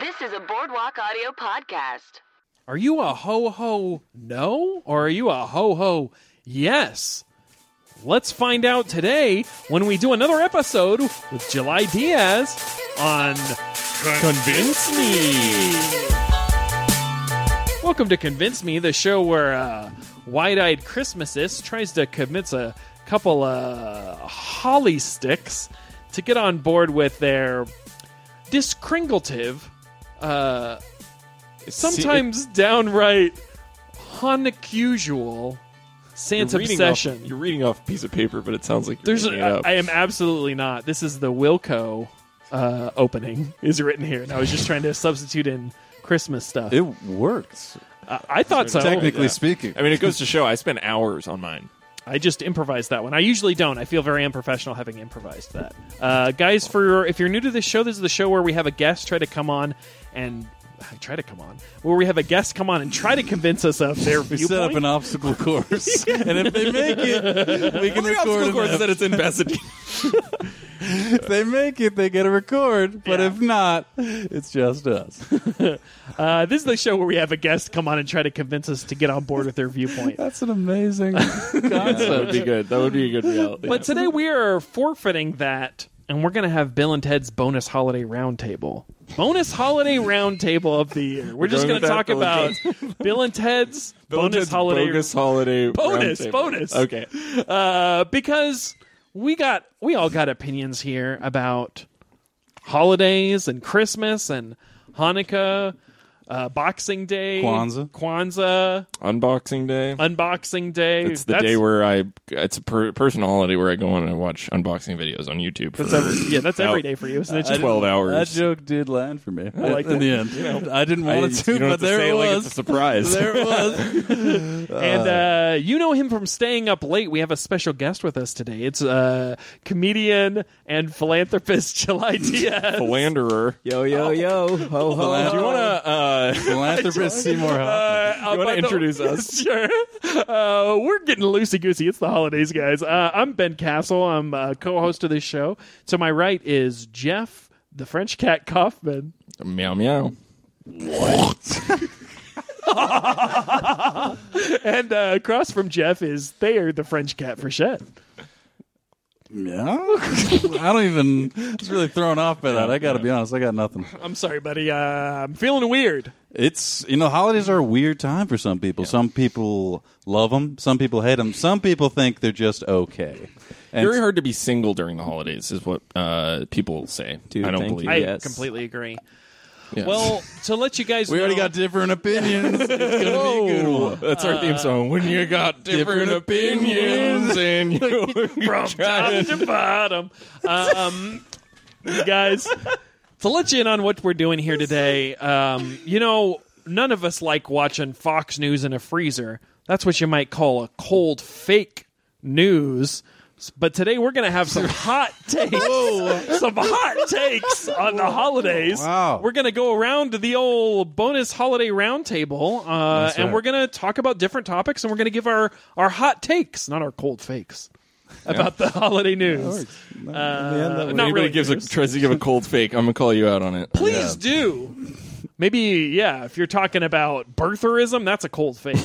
This is a Boardwalk Audio podcast. Are you a ho ho no or are you a ho ho yes? Let's find out today when we do another episode with July Diaz on Convince Me. Welcome to Convince Me, the show where uh, wide-eyed Christmases tries to convince a couple uh, holly sticks to get on board with their discringlative uh, sometimes downright unusual Santa you're reading obsession. Off, you're reading off a piece of paper, but it sounds like you're There's, reading it a, up. I am absolutely not. This is the Wilco uh, opening is written here, and I was just trying to substitute in Christmas stuff. It works, I, I thought so. technically yeah. speaking. I mean, it goes to show I spend hours on mine. I just improvised that one. I usually don't. I feel very unprofessional having improvised that. Uh, guys, for if you're new to this show, this is the show where we have a guest try to come on and uh, try to come on, where we have a guest come on and try to convince us of their we viewpoint. set up an obstacle course, and if they make it, we can Only record. obstacle an course is that it's in Pasadena. ep- If they make it, they get a record. But Yeah. if not, it's just us. uh, this is the show where we have a guest come on and try to convince us to get on board with their viewpoint. That's an amazing that would concept. be good. That would be a good reality. But today we are forfeiting that, and we're going to have Bill and Ted's bonus holiday roundtable. Bonus holiday roundtable of the year. We're just going going to with talk that, Bill about and Bill and Ted's bonus holiday. bogus holiday, Bonus, roundtable. bonus. Okay, Uh, because we got we all got opinions here about holidays and Christmas and Hanukkah, uh, Boxing Day, Kwanzaa. Kwanzaa, unboxing day. Unboxing Day. It's the That's- day where I. It's a per- personal holiday where I go on and watch unboxing videos on YouTube for that's every, yeah, that's every Out. day for you, isn't it? Just- twelve hours. That joke did land for me. like that. in the end, I didn't I- want it you to, don't have but to there say it it like was. it's a surprise. there it was. and uh, you know him from staying up late. We have a special guest with us today. It's uh, comedian and philanthropist July Diaz. Philanderer. Yo yo yo ho ho. Do you want to? Uh, Philanthropist Seymour Hoffman. Uh, You wanna by the- introduce us? sure. Uh, we're getting loosey goosey. It's the holidays, guys. Uh, I'm Ben Castle. I'm uh, co-host of this show. To my right is Jeff, the French cat Kaufman. meow meow. And uh, across from Jeff is Thayer, the French cat Frechette. Yeah, I don't even. I was really thrown off by that. I got to be honest. I got nothing. I'm sorry, buddy. Uh, I'm feeling weird. It's you know holidays are a weird time for some people. Some people love them. Some people hate them. Some people think they're just okay. And Very hard to be single during the holidays is what uh, people say. Dude, I don't thank believe. you. I it. Yes. completely agree. Yes. Well, to let you guys we know, already got different opinions. It's gonna be a good one. That's our uh, theme song. When you got different opinions and you're top trying to bottom. Um, guys, to let you in on what we're doing here today, um, you know, none of us like watching Fox News in a freezer. That's what you might call a cold fake news. But today we're going to have some hot takes, some hot takes on the holidays. Wow. We're going to go around to the old bonus holiday roundtable, uh, and right. we're going to talk about different topics, and we're going to give our our hot takes, not our cold fakes about the holiday news. Uh, not really Anybody gives a, news. tries to give a cold fake, I'm gonna call you out on it. Please do. Maybe yeah, if you're talking about birtherism, that's a cold fake.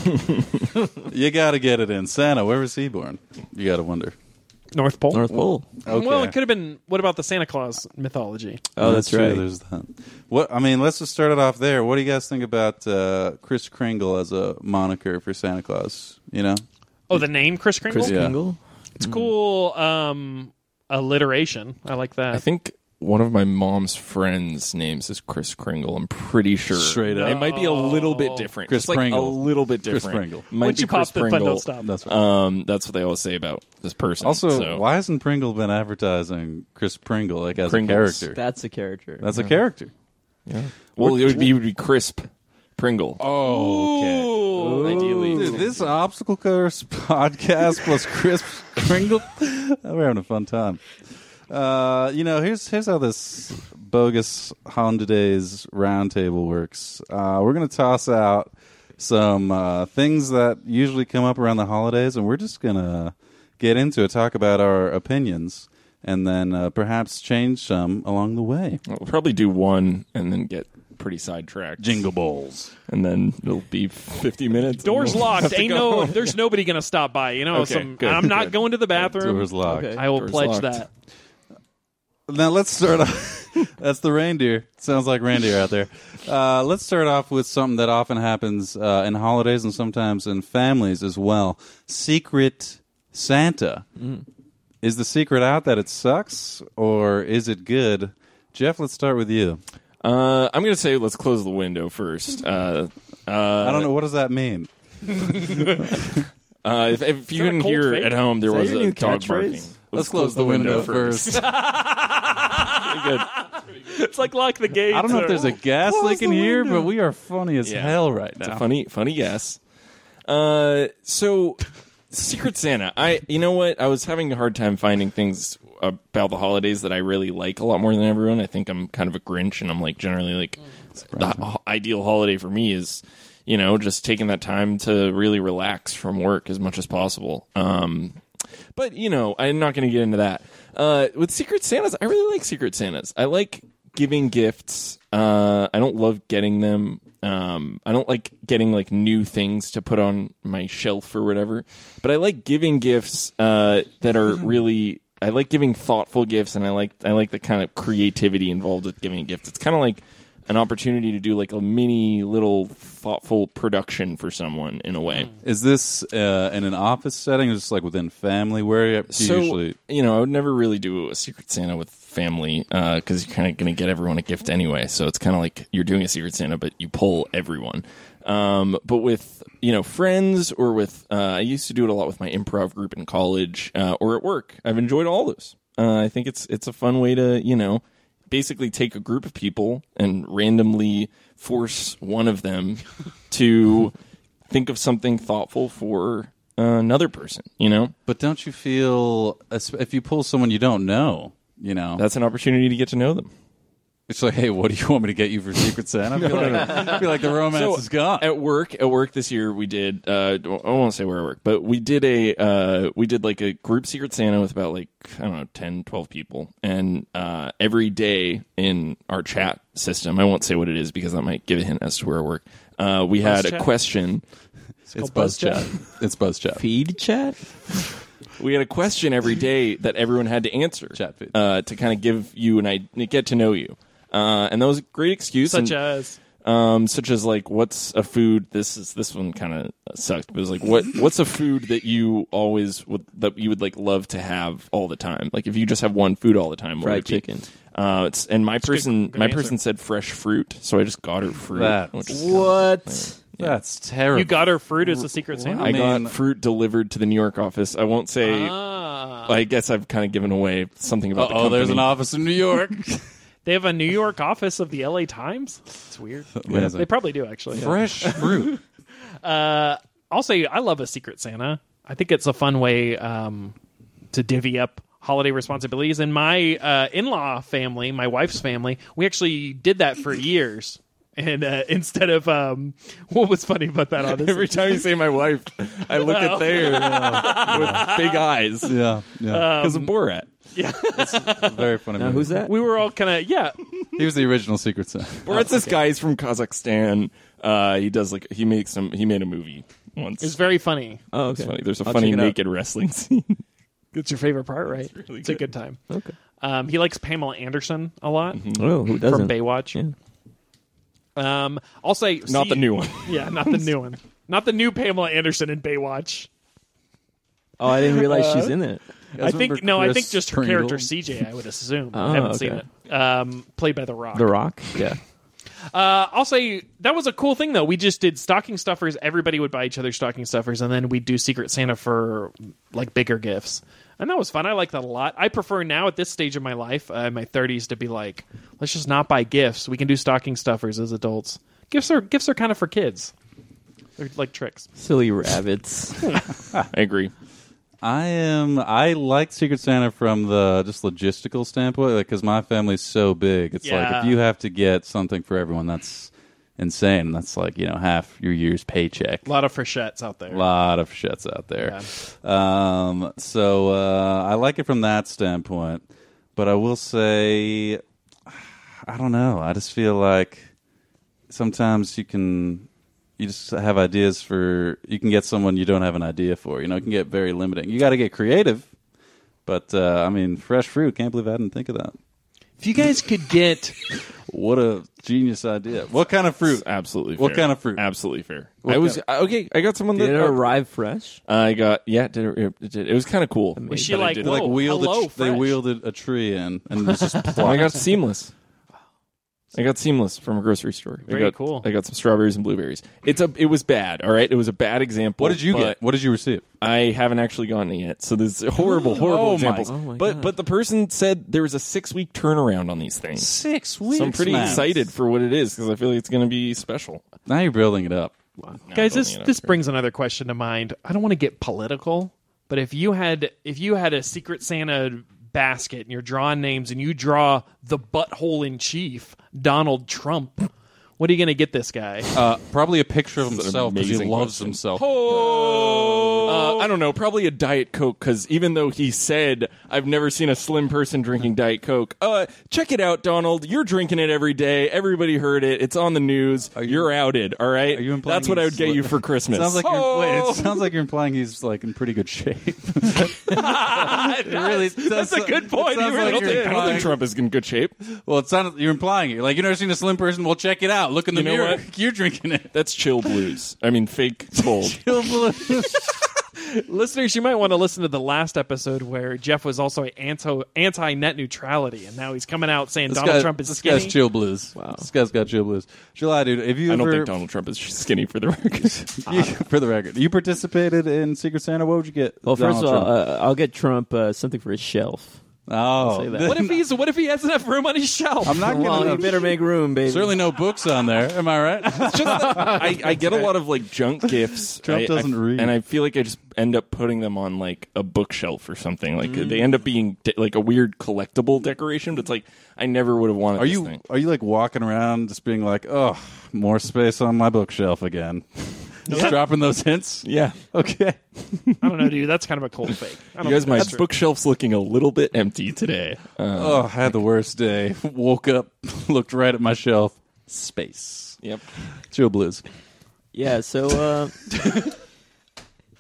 you got to get it in Santa. Where was he born? You got to wonder. North Pole. North Pole. Okay. Well, it could have been. What about the Santa Claus mythology? Oh, that's, true. right. There's that. What I mean, let's just start it off there. What do you guys think about uh, Chris Kringle as a moniker for Santa Claus? You know, Oh, the name Chris Kringle. Chris Yeah. Kringle. It's cool. Um, alliteration. I like that. I think one of my mom's friends' names is Chris Kringle. I'm pretty sure. Straight up. It might be a little bit different. Chris Just like a Pringle. little bit Chris different. Pringle. Oh. Might Once be you Chris pop the button, Pringle. don't stop. that's right. Um, that's what they always say about this person. also, so. why hasn't Pringle been advertising Chris Pringle like as Pringles. a character? That's a character. That's a character. Well, it would be, it would be crisp Pringle. Oh, Ooh. Ideally. Dude, this obstacle course podcast plus Chris Kringle, we're having a fun time. Uh, you know, here's here's how this bogus Holidays roundtable works. Uh, we're gonna toss out some uh, things that usually come up around the holidays, and we're just gonna get into it, talk about our opinions, and then uh, perhaps change some along the way. We'll probably do one and then get pretty sidetracked. Jingle balls. and then it'll be fifty minutes. Doors and we'll have locked. to Ain't go no. home. There's nobody gonna stop by. You know. Okay, some, good, I'm not good. going to the bathroom. Doors locked. Okay. I will Doors pledge locked. that. Now let's start off. That's the reindeer. Sounds like reindeer out there. Uh, let's start off with something that often happens uh, in holidays and sometimes in families as well. Secret Santa. Is the secret out that it sucks or is it good? Jeff, let's start with you. Uh, I'm gonna say let's close the window first. Uh, uh, I don't know what does that mean. Uh, if, if you that a couldn't cold hear fake? at home, there that was your a new dog catchphrase? barking. Let's close the window first. It's like lock the gate. I don't know if or- there's a gas leak in here, but we are funny as Yeah. hell right It's a now. funny, funny guess. Uh, so Secret Santa. I, you know what? I was having a hard time finding things about the holidays that I really like a lot more than everyone. I think I'm kind of a Grinch, and I'm like generally like the ho- ideal holiday for me is, you know, just taking that time to really relax from work as much as possible. Um, but you know, I'm not going to get into that. Uh, with Secret Santas, I really like Secret Santas. I like giving gifts. Uh, I don't love getting them. Um, I don't like getting like new things to put on my shelf or whatever. But I like giving gifts uh, that are really. I like giving thoughtful gifts, and I like I like the kind of creativity involved with giving a gift. It's kind of like an opportunity to do like a mini little thoughtful production for someone in a way. Is this uh, in an office setting or just like within family? Where do you so usually. you know i would never really do a secret santa with family because you're kind of going to get everyone a gift anyway so it's kind of like you're doing a secret santa but you pull everyone um, but with you know friends or with uh, i used to do it a lot with my improv group in college uh, or at work i've enjoyed all those uh, i think it's it's a fun way to you know basically take a group of people and randomly force one of them to think of something thoughtful for uh, another person you know But don't you feel if you pull someone you don't know, you know, that's an opportunity to get to know them. it's like, hey, what do you want me to get you for Secret Santa? I feel, like, I feel like the romance is gone. At work, at work this year we did. Uh, I won't say where I work, but we did a uh, we did like a group Secret Santa with about like I don't know 10, 12 people, and uh, every day in our chat system, I won't say what it is because that might give a hint as to where I work. Uh, we had a Buzzchat? question. It's BuzzChat. It's BuzzChat. Feed chat. We had a question every day that everyone had to answer Chat feed. uh, to kind of give you an idea, get to know you. Uh, and that was a great excuse. such and- as um, such as like what's a food this is this one kind of sucked but it was like what what's a food that you always would that you would like love to have all the time like if you just have one food all the time what Fried would it be? chicken. uh, it's and my person good my answer. person said fresh fruit so I just got her fruit That's- which is- What? That's terrible. you got her fruit as a secret Santa. I mean- got fruit delivered to the New York office I won't say Ah, I guess I've kind of given away something about the oh, there's an company. office in New York. they have a New York office of the LA Times. It's weird. Amazing. They probably do actually. Fresh fruit. Uh, I'll say I love a secret Santa. I think it's a fun way um, to divvy up holiday responsibilities. In my uh, in-law family, my wife's family, we actually did that for years. And uh, instead of um, what was funny about that, honestly, every time you say my wife I look Oh. at there uh, with Um, big eyes Yeah, yeah. because of Borat Uh, Very funny. Now, movie. who's that? we were all kind of yeah. He was the original Secret Santa. Borat's this guy. He's from Kazakhstan. Uh, he does like he makes some. He made a movie once. It's very funny. Oh, It's okay. funny. There's a I'll funny check it out. naked wrestling scene. It's your favorite part, right? It's, really a good. good Mm-hmm. time. Okay. Um, he likes Pamela Anderson a lot Oh, from who doesn't? Baywatch. Um, I'll say Not see- the new one. Yeah, not the new one. Not the new Pamela Anderson in Baywatch. Oh, I didn't realize she's in it. I think remember no, I Chris think just her Kringle? character CJ. I would assume. Oh, I haven't seen okay. it. Um, played by The Rock. The Rock. Yeah. Uh, I'll say that was a cool thing though. We just did stocking stuffers. Everybody would buy each other stocking stuffers, and then we'd do Secret Santa for like bigger gifts, and that was fun. I liked that a lot. I prefer now at this stage of my life, uh, in my thirties, to be like, let's just not buy gifts. We can do stocking stuffers as adults. Gifts are gifts are kind of for kids. They're like tricks. Silly rabbits. I agree. I am. I like Secret Santa from the just logistical standpoint, because my family's so big. It's like Yeah. if you have to get something for everyone, that's insane. That's like you know half your year's paycheck. A lot of freshettes out there. A lot of shits out there. Um, so uh, I like it from that standpoint, but I will say, I don't know. I just feel like sometimes you can you just have ideas for you can get someone you don't have an idea for. You know, it can get very limiting. You got to get creative. But uh, I mean, fresh fruit. Can't believe I didn't think of that. If you guys could get What a genius idea! What kind of fruit? It's absolutely. What fair. kind of fruit? Absolutely fair. What I was kind okay. I got someone Did it that uh, arrive fresh? I got yeah. Did it, it, did. it was kind of cool. Was she But I like, didn't. They, like Whoa, wheeled hello, a tr- they fresh. wielded a tree in and it was just I plopped. got seamless. I got seamless from a grocery store. I Very got- cool. I got some strawberries and blueberries. It's a. It was bad. All right. It was a bad example. What did you but get? What did you receive? I haven't actually gotten it yet. So there's horrible, horrible Oh my- examples. oh my but God. but the person said there was a six week turnaround on these things. six weeks, so I'm pretty man. excited for what it is because I feel like it's going to be special. Now you're building it up. guys, building this it up this here. brings another question to mind. I don't want to get political, but if you had if you had a Secret Santa basket and you're drawing names and you draw the butthole in chief, Donald Trump, what are you going to get this guy? Uh, probably a picture of This is an himself because he amazing loves question. himself. Uh, I don't know. Probably a Diet Coke because even though he said I've never seen a slim person drinking Diet Coke, uh, check it out, Donald. You're drinking it every day. Everybody heard it. It's on the news. you, are outed. All right. Are you implying That's what I he's would get slim? you for Christmas. Sounds like you're, wait, Oh! it sounds like you're implying he's like in pretty good shape. That's a good point. sounds You really like don't you're think- I don't implying- think Trump is in good shape. well, it sounded you're implying it. You're Like you have never seen a slim person. Well, check it out. Look in the You know mirror. what? You're drinking it. That's chill blues. I mean, fake cold. Listeners, you might want to listen to the last episode where Jeff was also anti anti net neutrality, and now he's coming out saying This Donald guy- Trump is this skinny. guy's chill blues. This guy's got chill blues. July, dude. If you I don't ever, think Donald Trump is skinny for the record. you- for the record, you participated in Secret Santa. What would you get? Well, first Donald of all, Trump? uh, I'll get Trump uh, something for his shelf. uh, oh, say that. what if he's what if he has enough room on his shelf? I'm not Well, you going to better make room, baby. certainly no books on there. Am I right? It's just that I, I get a lot of like junk gifts. Trump I- I- doesn't read. and I feel like I just end up putting them on like a bookshelf or something. Like they end up being de- like a weird collectible decoration. But it's like I never would have wanted. Are this you thing. are you like walking around just being like, oh, more space on my bookshelf again? just dropping those hints. Yeah, Okay. I don't know, dude. That's kind of a cold fake. I don't you guys, think my that's true. bookshelf's looking a little bit empty today. Uh, Oh, I had the worst day. Woke up, looked right at my shelf. Space. yep. Joe Blues. Yeah, so uh,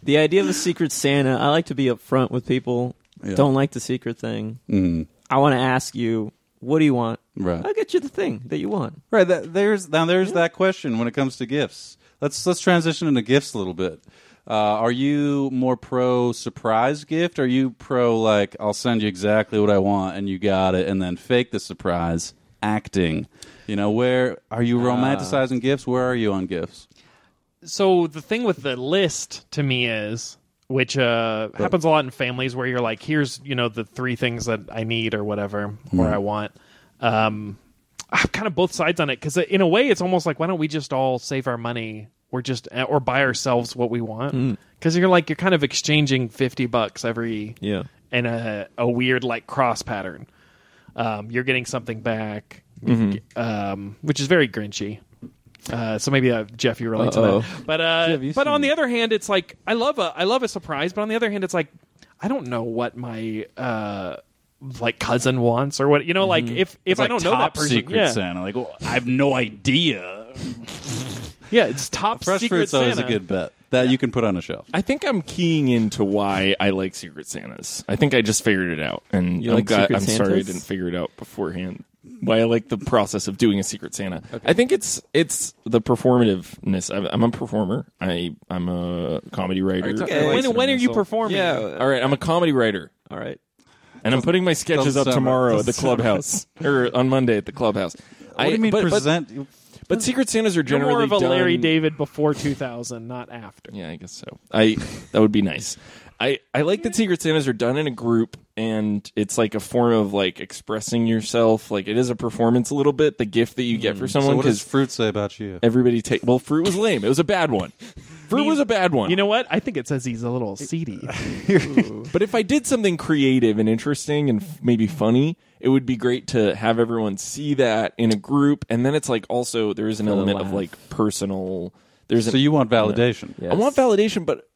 the idea of a secret Santa, I like to be upfront with people. Yeah. Don't like the secret thing. I want to ask you, what do you want? Right. I'll get you the thing that you want. Right. That, there's now there's that question when it comes to gifts. Let's let's transition into gifts a little bit. Uh, are you more pro surprise gift? Are you pro like I'll send you exactly what I want and you got it, and then fake the surprise acting? You know, where are Uh. you romanticizing gifts? Where are you on gifts? so the thing with the list to me is which uh, happens a lot in families where you're like here's you know the three things that i need or whatever or i want um i'm kind of both sides on it because in a way it's almost like why don't we just all save our money or just or buy ourselves what we want because you're like you're kind of exchanging 50 bucks every Yeah. and a, a weird like cross pattern. Um, you're getting something back, Mm-hmm. um, which is very Grinchy. Uh, so maybe uh, Jeff, you relate Uh-oh. to that. But uh, Jeff, you but on seem- the other hand, it's like I love a I love a surprise. But on the other hand, it's like I don't know what my uh, like cousin wants or what you know. Like Mm-hmm. if if I don't know that person, secret yeah, Santa. Like well, I have no idea. yeah, it's top Fresh secret fruit's always a Santa. good bet that you can put on a shelf. I think I'm keying into why I like Secret Santas. I think I just figured it out, and You I'm, like Secret I'm sorry I Santas? didn't figure it out beforehand. Why I like the process of doing a Secret Santa. I think it's it's the performativeness. I'm, I'm a performer. I I'm a comedy writer. talking- Okay. When, when are you performing? All right, I'm a comedy writer, All right. and I'm putting my sketches doesn't up sound tomorrow right. at the clubhouse or on Monday at the clubhouse. What do you mean but, but, present? but Secret Santas are You're generally more of a Larry done- David before 2000, not after. Yeah, I guess so. I that would be nice. I I like that Secret Santas are done in a group, and it's like a form of like expressing yourself. Like it is a performance a little bit. The gift that you get for so someone what does because fruit say about you? everybody take. Well, fruit was lame. It was a bad one. Fruit was a bad one. You know what? I think it says he's a little seedy. But if I did something creative and interesting and f- maybe funny, it would be great to have everyone see that in a group. And then it's like also there is an element of laugh. like personal. There's So an, you want validation? Yeah. I want validation, but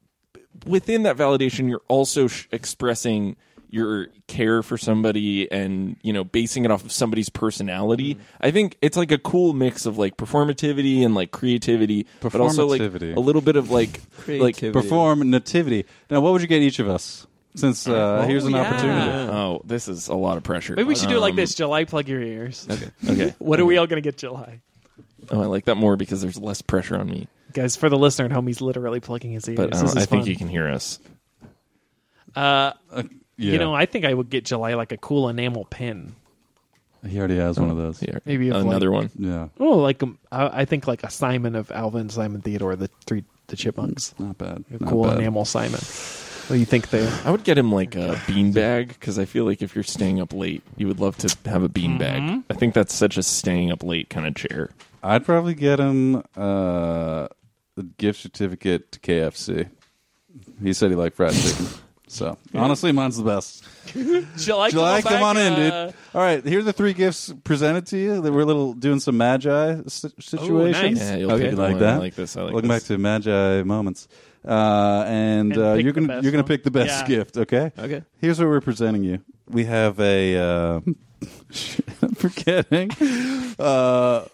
within that validation, you're also sh- expressing your care for somebody and you know basing it off of somebody's personality. I think it's like a cool mix of like performativity and like creativity, but also like Performativity. a little bit of like like Creativity. Perform nativity. Now, what would you get each of us? Since uh, here's an Oh, yeah. opportunity. oh, this is a lot of pressure. Maybe we should do it like Um, this: July, plug your ears. Okay. What are we all going to get July, Oh, I like that more because there's less pressure on me. guys? For the listener at home, he's literally plugging his ears. But I, um, This don't- is I think fun. you can hear us. Uh, Yeah. You know, I think I would get July like a cool enamel pin. he already has one of those. Yeah. Maybe if, another one. Yeah, Oh, like um, I, I think like a Simon of Alvin, Simon Theodore, the three the chipmunks. not bad. A not cool bad. enamel Simon. What do you think they? I would get him like a beanbag because I feel like if you're staying up late, you would love to have a beanbag. Mm-hmm. I think that's such a staying up late kind of chair. I'd probably get him uh, a gift certificate to KFC. He said he liked fried chicken. So honestly, mine's the best. July, July, come on in, dude. uh, All right, here are the three gifts presented to you. That we're little doing some magi si- situations. nice. Yeah, you'll okay, pick you the like one. that. I like this. I like Looking back this. to magi moments, uh, and, And uh, pick you're the gonna best you're gonna one. pick the best Yeah. gift. Okay. Okay. Here's what we're presenting you. We have a. Uh, I'm forgetting. Uh,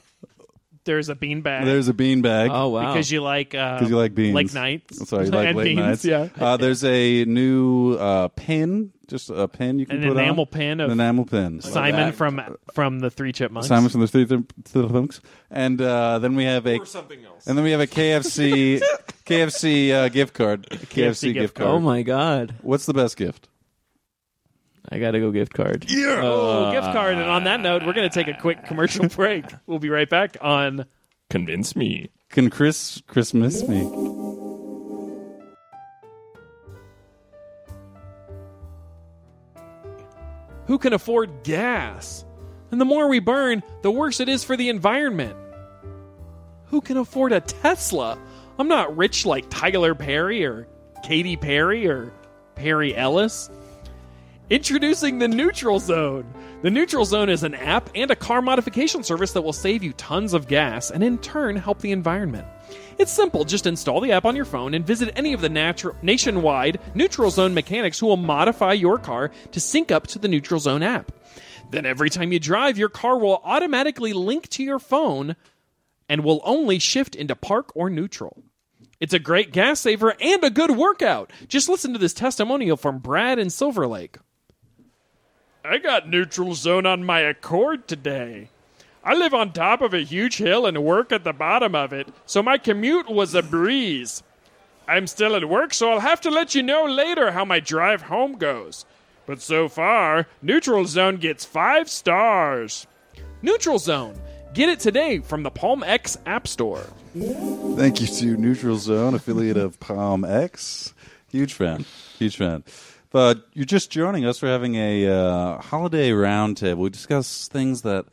There's a beanbag. there's a beanbag. Oh wow. because you like uh, because you like beans. like nights. Sorry, you like and late beans, nights. Yeah, Uh, there's a new uh, pin, just a pin you can an put on. enamel pin An of enamel pin. Simon that. from from the Three Chipmunks. Simon from the Three Thim- Three Thimps. And uh, then we have a something else. and then we have a KFC KFC uh, gift card. KFC, gift gift card. card. oh my god. What's the best gift? I gotta go gift card. Oh, gift card. And on that note, we're going to take a quick commercial break. We'll be right back on. Convince me. Can Chris Christmas me? who can afford gas? And the more we burn, the worse it is for the environment. Who can afford a Tesla? I'm not rich like Tyler Perry or Katy Perry or Perry Ellis. Introducing the Neutral Zone. The Neutral Zone is an app and a car modification service that will save you tons of gas and in turn help the environment. It's simple, just install the app on your phone and visit any of the natu- nationwide Neutral Zone mechanics who will modify your car to sync up to the Neutral Zone app. Then every time you drive, your car will automatically link to your phone and will only shift into park or neutral. It's a great gas saver and a good workout. Just listen to this testimonial from Brad in Silver Lake. I got neutral zone on my Accord today. I live on top of a huge hill and work at the bottom of it, so my commute was a breeze. I'm still at work, so I'll have to let you know later how my drive home goes. But so far, Neutral Zone gets five stars. Neutral Zone. Get it today from the Palm X App Store. Thank you to Neutral Zone, affiliate of Palm X. Huge fan. Huge fan. But you're just joining us. We're having a uh, holiday roundtable. We discuss things that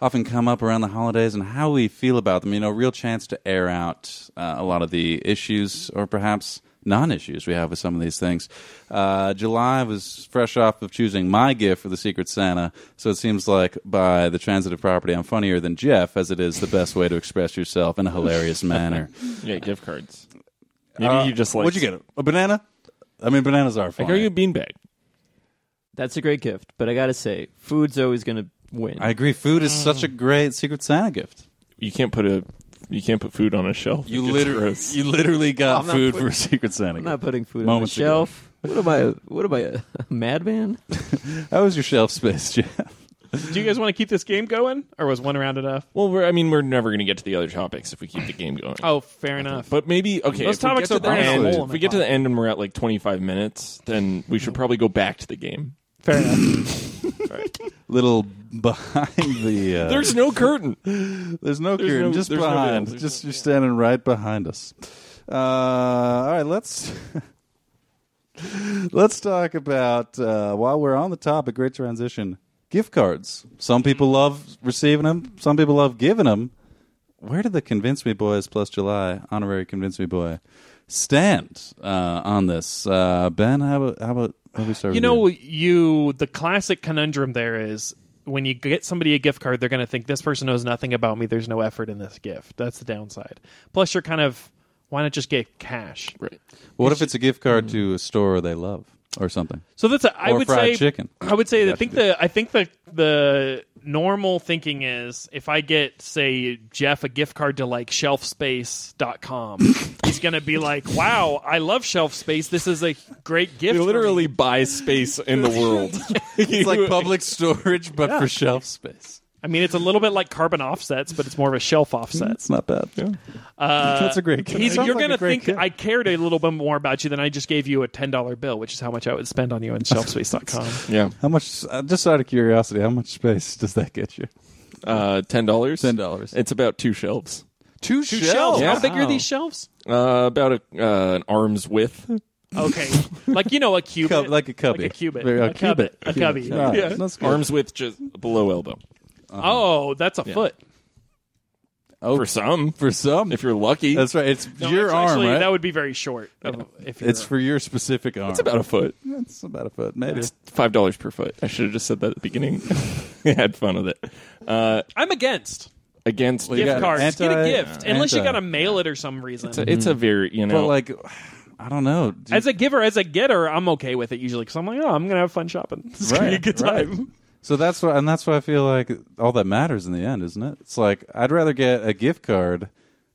often come up around the holidays and how we feel about them. You know, a real chance to air out uh, a lot of the issues or perhaps non issues we have with some of these things. Uh, July was fresh off of choosing my gift for the Secret Santa, so it seems like by the transitive property, I'm funnier than Jeff, as it is the best way to express yourself in a hilarious manner. Uh, Yeah, gift cards. Maybe you just like. What'd you get? A banana? I mean, bananas are I fun. got you a beanbag. That's a great gift, but I gotta say, food's always gonna win. I agree. Food is such a great Secret Santa gift. You can't put a. You can't put food on a shelf. It gets gross. you literally got I'm not food putting- for a Secret Santa. I'm gift. not putting food Moments on the shelf. What am I? What am I? A, madman? How was your shelf space, Jeff? Do you guys want to keep this game going, or was one round enough? Well, we're, I mean, we're never going to get to the other topics if we keep the game going. Oh, fair enough. But maybe okay. Those if we topics get are to the burning a end- hole in Mm-hmm. If my we get to pocket. the end and we're at like 25 minutes, then we should probably go back to the game. Fair enough. Little behind the. Uh, There's no curtain. There's no There's curtain, no- just there's no behind. veil. There's just no- you're standing right behind us. Uh, all right, let's let's talk about uh, while we're on the topic. Great transition. Gift cards. Some people Mm-hmm. love receiving them. Some people love giving them. Where did the Convince Me Boys plus July honorary Convince Me Boy stand uh, on this? Uh, ben, how about how about how we start? You with know, you the classic conundrum there is when you get somebody a gift card, they're going to think this person knows nothing about me. There's no effort in this gift. That's the downside. Plus, you're kind of why not just get cash? Right. Mm-hmm. What if it's a gift card to a store they love? or something. So that's a, I Or would fried say chicken. I would say You I have think to do the I think the the normal thinking is if I get say Jeff a gift card to like shelfspace.com he's going to be like wow I love shelf space this is a great gift You for literally me." buy space in the world. It's like public storage, but for shelf space. I mean it's a little bit like carbon offsets but it's more of a shelf offset That's not bad. uh, That's a great. he's, Sounds you're like a going to great think kid. I cared a little bit more about you than I just gave you a $10 bill which is how much I would spend on you on shelfspace.com yeah. How much? Uh, just out of curiosity, how much space does that get you? Uh, ten dollars. Ten dollars. It's about two shelves. Two, Two shelves. Yeah. How big are Wow. these shelves? Uh, about a, uh, an arm's width. Okay, like you know, a cubit, Cub- like a cubby. like a cubit, Very- a a cubit, cubit. a cubby. Right. Uh-huh. That's good. Arm's width just below elbow. Oh, that's a foot. Oh, For some, for some. if you're lucky, that's right. It's No, your that's arm, actually, right? That would be very short. of- If you're, it's for your specific arm. it's about a foot. It's about a foot, maybe. It's five dollars per foot. I should have just said that at the beginning. I had fun with it. Uh, I'm against against You gift got cards. Get anti- a gift unless you anti- got to mail it or some reason. It's a, it's a very you Mm-hmm. But know like, I don't know. Do you- as a giver, as a getter, I'm okay with it usually because I'm like, oh, I'm gonna have fun shopping. It's gonna be a Right, good right. time. so that's why, and that's why I feel like all that matters in the end, isn't it? It's like I'd rather get a gift card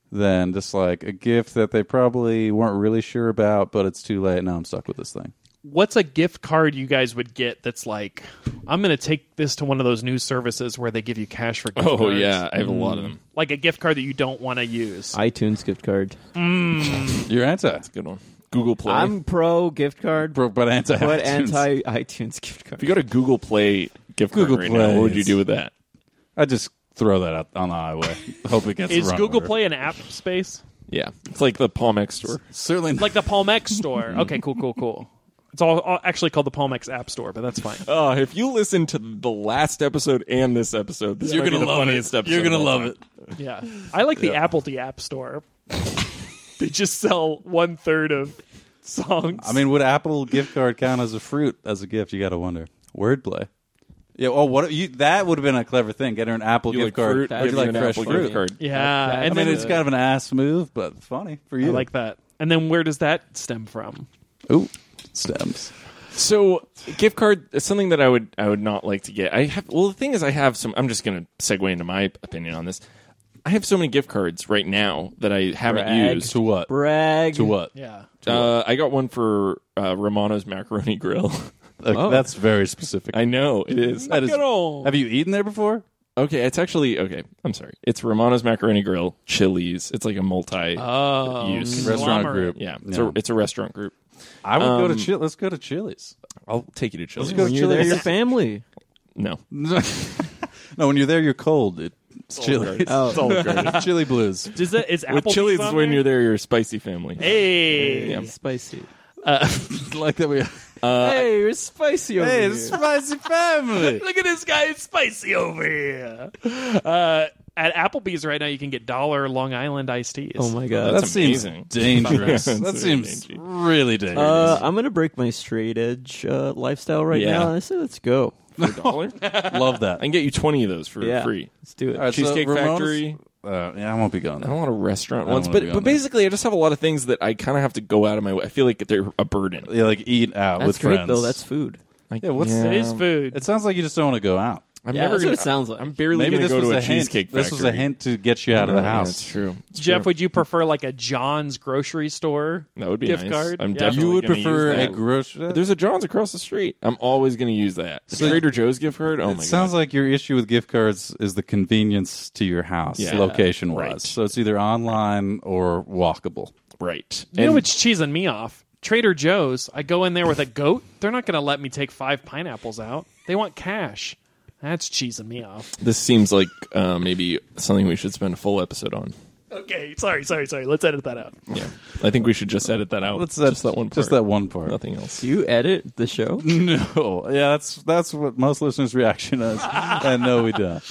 than just like a gift that they probably weren't really sure about, but it's too late. Now I'm stuck with this thing. What's a gift card you guys would get that's like, I'm gonna take this to one of those new services where they give you cash for gift oh cards. yeah, I have a lot of them. like a gift card that you don't want to use. iTunes gift card. You're anti, Good one. Google Play. I'm pro gift card, Bro, but anti. but anti iTunes gift if you card. go to Google Play gift Google card right now, what would you Plays. do with that? I just throw that out on the highway. Hope it gets. the Is wrong Google order. Play an app space? Yeah, it's like the Palmex store. Certainly not. Like the Palmex store. Okay, cool, cool, cool. It's all, all actually called the Palmex App Store, but that's fine. Oh, if you listen to the last episode and this episode, this You're might be gonna the love funniest it. episode. You're gonna of all love time. it. Yeah. I like the Apple the App Store. they just sell one third of songs. I mean, would Apple gift card count as a fruit as a gift? You got to wonder. Wordplay. Yeah. Oh, what you? That would have been a clever thing. Get her an Apple You gift like card. fruit? Would Give you me like an fresh Apple fruit? gift card. yeah. that- and I mean, then it's kind of an ass move, but funny for you. I like that. And then where does that stem from? Ooh, stems. So, gift card is something that I would I would not like to get. I have well, the thing is, I have some. I'm just going to segue into my opinion on this. I have so many gift cards right now that I haven't Brag. used. To what? Brag. To what? Yeah. Uh, I got one for uh, Romano's Macaroni Grill. Like, That's very specific. I know it is. That is- Good old- Oh. have you eaten there before? Okay, it's actually okay. I'm sorry. It's Romano's Macaroni Grill, Chili's. It's like a multi. Oh, Use. Restaurant conglomerate. group. yeah, it's, No. A, it's a restaurant group. I would go to Um, Chili's. Let's go to Chili's. I'll take you to Chili's. go When you're there, Chili's. your family. No, no, when you're there, you're cold. It's Chili's. Oh. It's Olive Chili blues. Does that, is Apple with Chili's is when you're there, you're a spicy family. Hey. Yeah. Spicy. like that we. hey, you're spicy over Uh, Hey, here. it's spicy family. Look at this guy, it's spicy over here. Uh, at Applebee's right now, you can get dollar Long Island iced teas. oh my god. that That's seems amazing. dangerous. That's that really seems dangerous. really dangerous. Uh, I'm gonna break my straight edge uh, lifestyle right Yeah. now. I say let's go. For a dollar, I Love that. can get you twenty of those for yeah, free. Let's do it. All right, so Cheesecake Ramones- Factory. Uh, yeah, I won't be going I don't there. want a restaurant I don't once, wanna but be on but there. basically, I just have a lot of things that I kind of have to go out of my way. I feel like they're a burden. Yeah, like eat out That's with great friends. though. That's food. Like, Yeah, what's- It is food. It sounds like you just don't want to go out. I'm Yeah, never that's gonna, what it sounds like. I'm barely Maybe going to this go was to a, a, hint. cheesecake. This was a Factory. hint to get you out of the Yeah, house. That's true. It's Jeff, true. would you prefer like a John's grocery store? that would be gift nice. card? I'm Yeah. definitely You would gonna use prefer a that. grocery. There's a John's across the street. I'm always going to use that. The So- Trader Joe's gift card. Oh my it sounds like your issue with gift cards is the convenience to your house, Yeah. location wise. Right. So it's either online or walkable. god! Right. You know what's cheesing me off? Trader Joe's. I go in there with a goat. They're not going to let me take five pineapples out. They want cash. That's cheesing me off. this seems like uh, maybe something we should spend a full episode on. Okay, sorry, sorry, sorry. Let's edit that out. Yeah, I think we should just edit that out. That's uh, just that one. Part. Just that one part. Nothing else. Do you edit the show? No, yeah, that's that's what most listeners' reaction is, and no, we don't.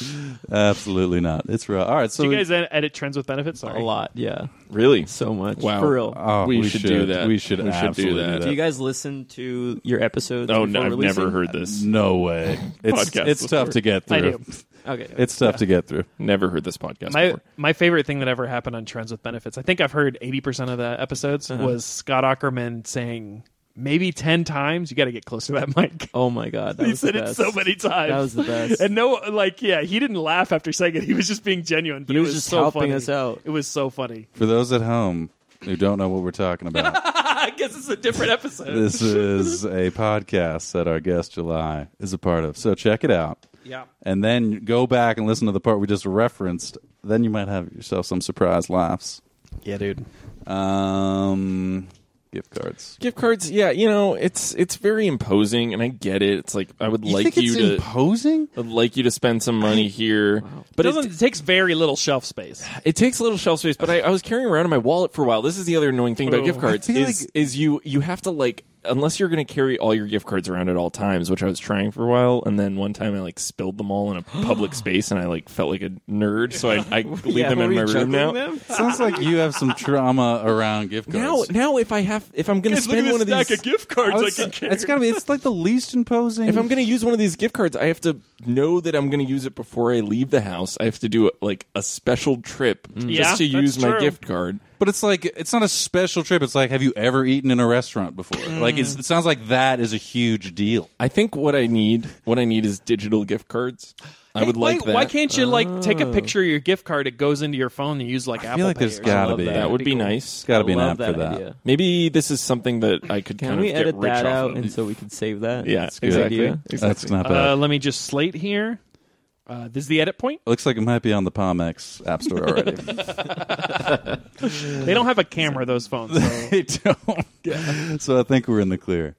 Absolutely not. It's raw. All right, so Do you guys ed- edit trends with benefits? Sorry. A lot. Yeah. Really? So much. Wow. For real. Oh, we, should, do that. We should, absolutely do that. do you guys listen to your episodes? oh before no, I've releasing? never heard this. No way. It's Podcast it's before. tough to get through. I do. Okay. It's tough to get through. Never heard this podcast My before. my favorite thing that ever Uh-huh. happened on Trends with Benefits, I think I've heard eighty percent of the episodes was Scott Ackerman saying maybe 10 times. You got to get close to that mic. Oh my god, that he was the said it best. so many times. That was the best. And no, like, yeah, he didn't laugh after saying it. He was just being genuine. But He it was was just so helping funny. us out. It was so funny. For those at home who don't know what we're talking about, I guess it's a different episode. this is a podcast that our guest July is a part of. So check it out. yeah. And then go back and listen to the part we just referenced. Then you might have yourself some surprise laughs. Yeah, dude. Um, gift cards. Gift cards, yeah, you know, it's it's very imposing, and I get it. It's like I would You like think you it's to imposing? I'd like you to spend some money here, But but it, it takes very little shelf space. it takes a little shelf space. But I, I was carrying around in my wallet for a while. This is the other annoying thing about Oh. gift cards I feel is like- is you you have to like unless you're going to carry all your gift cards around at all times, which I was trying for a while, and then one time I like spilled them all in a public space, and I like felt like a nerd, so I, I leave Yeah, them in my were you room juggling now. them? Sounds like you have some trauma around gift cards. Now, now, if I have, if I'm going to spend one of these, gift I cards would s- it's gotta be. It's like the least imposing. if I'm going to use one of these gift cards, I have to know that I'm going to use it before I leave the house. I have to do like a special trip just Yeah, to use that's my true. gift card. but it's like it's not a special trip. It's like, have you ever eaten in a restaurant before? Mm. Like it's, it sounds like that is a huge deal. I think what I need, what I need is digital gift cards. I would like why, that. Why can't you like take a picture of your gift card? It goes into your phone and use like Apple like Pay. there's or gotta something. be. that would be cool. nice. It's got to I be an love app for that that. idea. Maybe this is something that I could Can kind we of get edit rich that off out of. and so we can save that? yeah, That's a good exactly. idea. That's not bad. Uh, let me just slate here. Uh, this is the edit point. Looks like it might be on the Palm X App Store already. Uh, They don't have a camera. Those phones. So. they don't. So I think we're in the clear.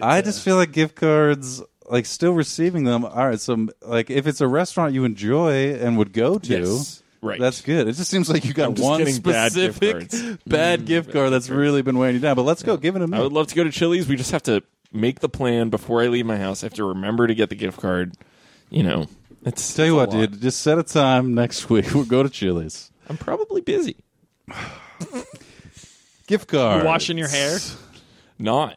I uh, just feel like gift cards, like still receiving them. All right, so m- like if it's a restaurant you enjoy and would go to, Yes, right. That's good. It just seems like you I'm got just one getting bad gift specific cards. Mm, bad gift card that's really been weighing you down. But let's go, give it I a would minute. love to go to Chili's. We just have to make the plan before I leave my house. I have to remember to get the gift card. You know, it's Tell you it's a what, lot. dude, just set a time next week. We'll go to Chili's. I'm probably busy. Gift card. Washing your hair. Not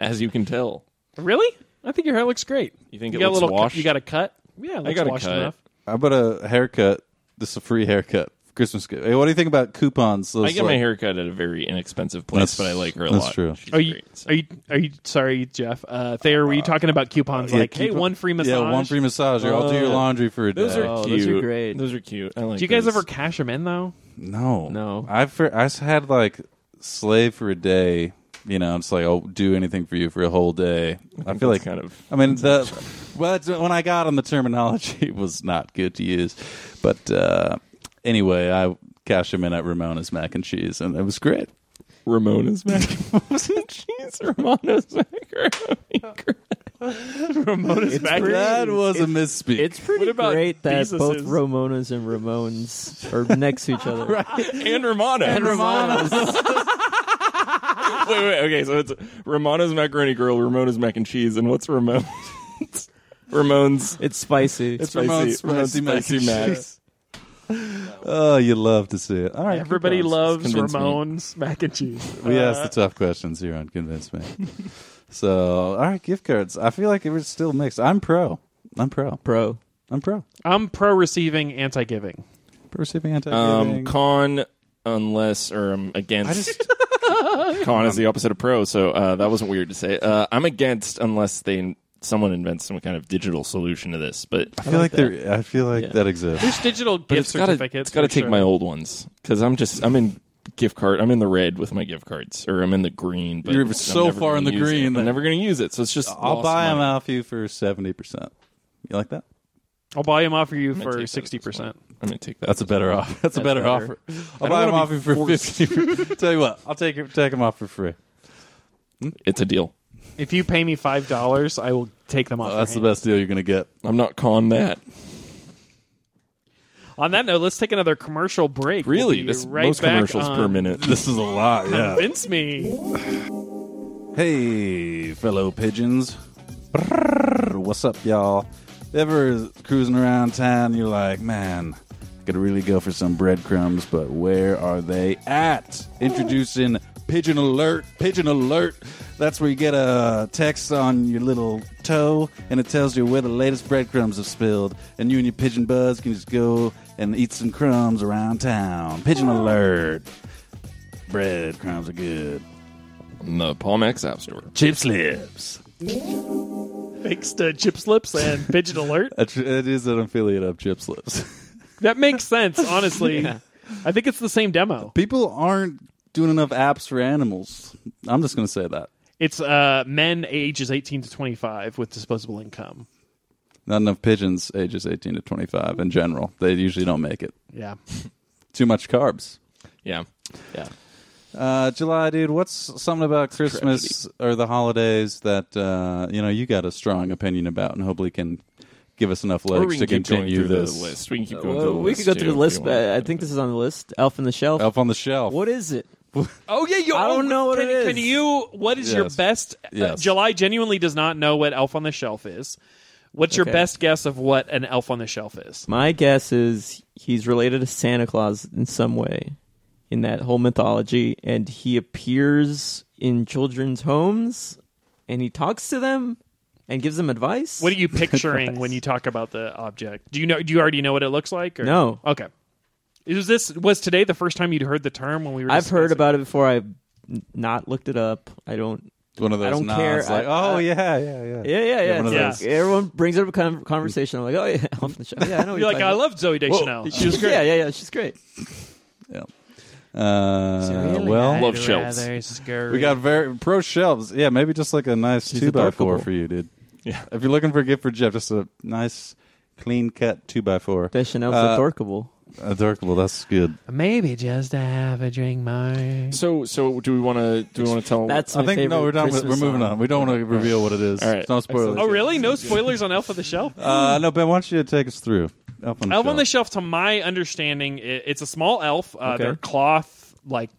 as you can tell. Really? I think your hair looks great. You think you it got a looks little cut- washed? you got a cut? Yeah, it looks got a washed cut. enough. How about a haircut? This is a free haircut. Christmas gift. Hey, what do you think about coupons? Those, I get my like- hair cut at a very inexpensive place, but That's- I like her a that's lot. true. She's Are Oh, you great, so. are you are you sorry, Jeff? Uh, Thayer, were you talking about coupons? Yeah, like, hey, coupon- one free massage. Uh, Yeah, one free massage. Or I'll do your Oh. laundry for a day. Those are Oh, cute. those are great. Those are cute. I like. Do you guys those. ever cash them in though? No, No. I've for, I s- had like slave for a day. You know, I'm just like I'll do anything for you for a whole day. I, feel like that's kind of- I mean the well, it's, when I got on the terminology it was not good to use, but uh, anyway, I cashed them in at Ramona's mac and cheese, and it was great. Ramona's mac and cheese. Ramona's macaroni. Ramona's mac and That cheese. was a misspeak. It's pretty What about great that Bezos's? both Ramonas and Ramones are next to each other. and Ramona. And Ramonas. wait, wait. Okay, so it's Ramona's macaroni girl, Ramona's mac and cheese, and what's Ramone's? Ramone's. It's spicy. It's Ramone's Ramone's spicy mac spicy and mac. cheese. oh, you love to see it. All right, Everybody coupons. loves Convince me. Ramones mac and cheese. We Uh, ask the tough questions here on Convince Me. so, all right, gift cards. I feel like it was still mixed. I'm pro. I'm pro. pro. I'm pro. I'm pro receiving, anti giving. Pro receiving anti Um, giving. con unless or um, against. I just con is the opposite of pro, so uh, that wasn't weird to say. Uh, I'm against unless they someone invents some kind of digital solution to this, but I feel like there. I feel like Yeah. that exists. There's digital but gift it's gotta, certificates. It's got to for take sure. my old ones because I'm just I'm in gift card. I'm in the red with my gift cards, or I'm in the green. But You're I'm so never far gonna in the use green It. that- I'm never going to use it, so it's just I'll lost buy them money. off you for seventy percent. You like that? I'll buy them off for you I'm gonna for take that as sixty percent. well. I'm going to take that. That's a better off. That's, a better, better. offer. I'll buy them off you for fifty. Tell you what, I'll take it- take them off for free. It's a deal. If you pay me five dollars, I will take them off. Oh, your that's the hand. best deal you're gonna get. I'm not con that. On that note, let's take another commercial break. We'll Really, be this right most back commercials on per minute. This is a lot. Yeah. Convince me. Hey, fellow pigeons. Brrr, What's up, y'all? Ever cruising around town, you're like, man, I could really go for some breadcrumbs, but where are they at? Introducing Pigeon Alert. Pigeon Alert. That's where you get a text on your little toe, and it tells you where the latest breadcrumbs have spilled, and you and your pigeon buds can just go and eat some crumbs around town. Pigeon Alert. Breadcrumbs are good. in the Palmex App Store. Chips Lips. Thanks to Chips Lips uh, and Pigeon Alert. It is an affiliate of Chips Lips. That makes sense, honestly. I think it's the same demo. People aren't doing enough apps for animals. I'm just going to say that. It's uh, men ages 18 to 25 with disposable income. Not enough pigeons ages 18 to 25 in general. They usually don't make it. Yeah. Too much carbs. Yeah. Yeah. Uh, July, dude, what's something about Christmas or the holidays that uh, you know you got a strong opinion about, and hopefully can give us enough Or legs we to can keep going continue through this the list. Uh, We can keep going Well, through the we list. could go through too, if the list, you but I want. think this is on the list. Elf on the Shelf. Elf on the Shelf. What is it? Oh yeah, you. I don't oh, know what can, it is. Can you? What is your Yes. best? uh, Yes. July genuinely does not know what Elf on the Shelf is. What's your Okay. best guess of what an Elf on the Shelf is? My guess is he's related to Santa Claus in some way in that whole mythology, and he appears in children's homes and he talks to them and gives them advice. What are you picturing when you talk about the object? Do you know? Do you already know what it looks like? Or? No. Okay. Is this was today the first time you'd heard the term when we were? I've heard discussing- about it before. I've n- not looked it up. I don't. One of those I don't nods, care. like, I- oh I- yeah, yeah, yeah, Yeah, yeah, yeah. one of It's like Everyone brings up a con- conversation. I'm like, oh yeah, Elf on the Shelf. Yeah, I know. what You're like, talking I about." love Zoe Deschanel. She was great. Yeah, yeah, yeah. She's great. yeah. Uh, well, Love shelves. we got very pro shelves. Yeah, maybe just like a nice two by four adorkable. for you, dude. Yeah. If you're looking for a gift for Jeff, just a nice, clean cut two by four. Deschanel's Uh, adorkable. Adorkable. That's good. Maybe just to have a drink more. So, so do we want to do we want to tell? That's I my think favorite no, we're done. With, Christmas we're moving song. on. We don't want to reveal what it is. All right. It's not spoilers. Oh, really? No spoilers on Elf on the Shelf? Uh, no, Ben, why don't you take us through? Elf on the Elf Shelf. on the Shelf, to my understanding, i it's a small elf. Uh, Okay. Mm-hmm. They're cloth like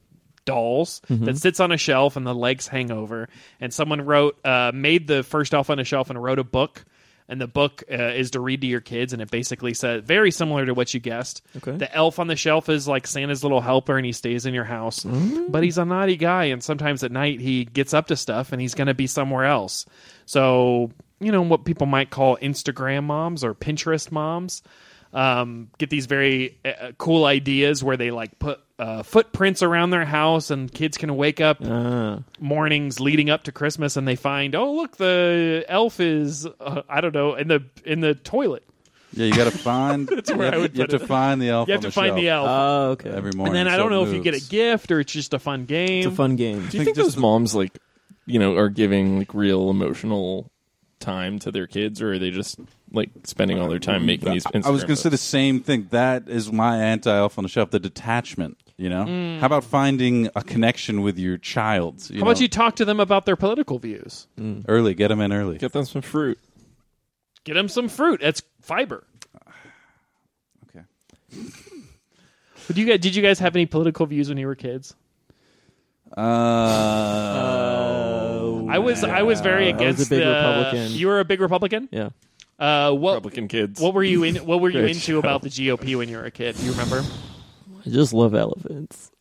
dolls that sits on a shelf and the legs hang over. And someone wrote, uh, made the first Elf on a Shelf and wrote a book. And the book uh, is to read to your kids, and it basically says very similar to what you guessed. Okay. The elf on the shelf is like Santa's little helper, and he stays in your house, Mm. but he's a naughty guy, and sometimes at night he gets up to stuff, and he's going to be somewhere else. So you know what people might call Instagram moms or Pinterest moms um, get these very uh, uh, cool ideas where they like put uh, footprints around their house, and kids can wake up Ah. mornings leading up to Christmas, and they find, oh look, the elf is uh, I don't know in the in the toilet. Yeah, you got to find. That's where you have, I would you have put to find the elf. You have on to find the shelf elf. Oh, okay. every and morning. then I so don't it know if you get a moves. gift or it's just a fun game. It's a fun game. do you think, those moms like, you know, are giving like real emotional time to their kids, or are they just like spending all their time making these? Instagram Mm-hmm. I was going to say the same thing. That is my anti elf on the shelf. The detachment. You know. How about finding a connection with your child? You Mm. How know? about you talk to them about their political views? early? Get them in early. Get them some fruit. Get them some fruit. That's fiber. Okay. But you guys, did you guys have any political views when you were kids? Uh, Uh, I was I was very I was a against big the- Republican. You were a big Republican. Yeah. Uh, what Republican kids. what were you in? What were you Great into about the GOP when you were a kid? Do you remember? I just love elephants.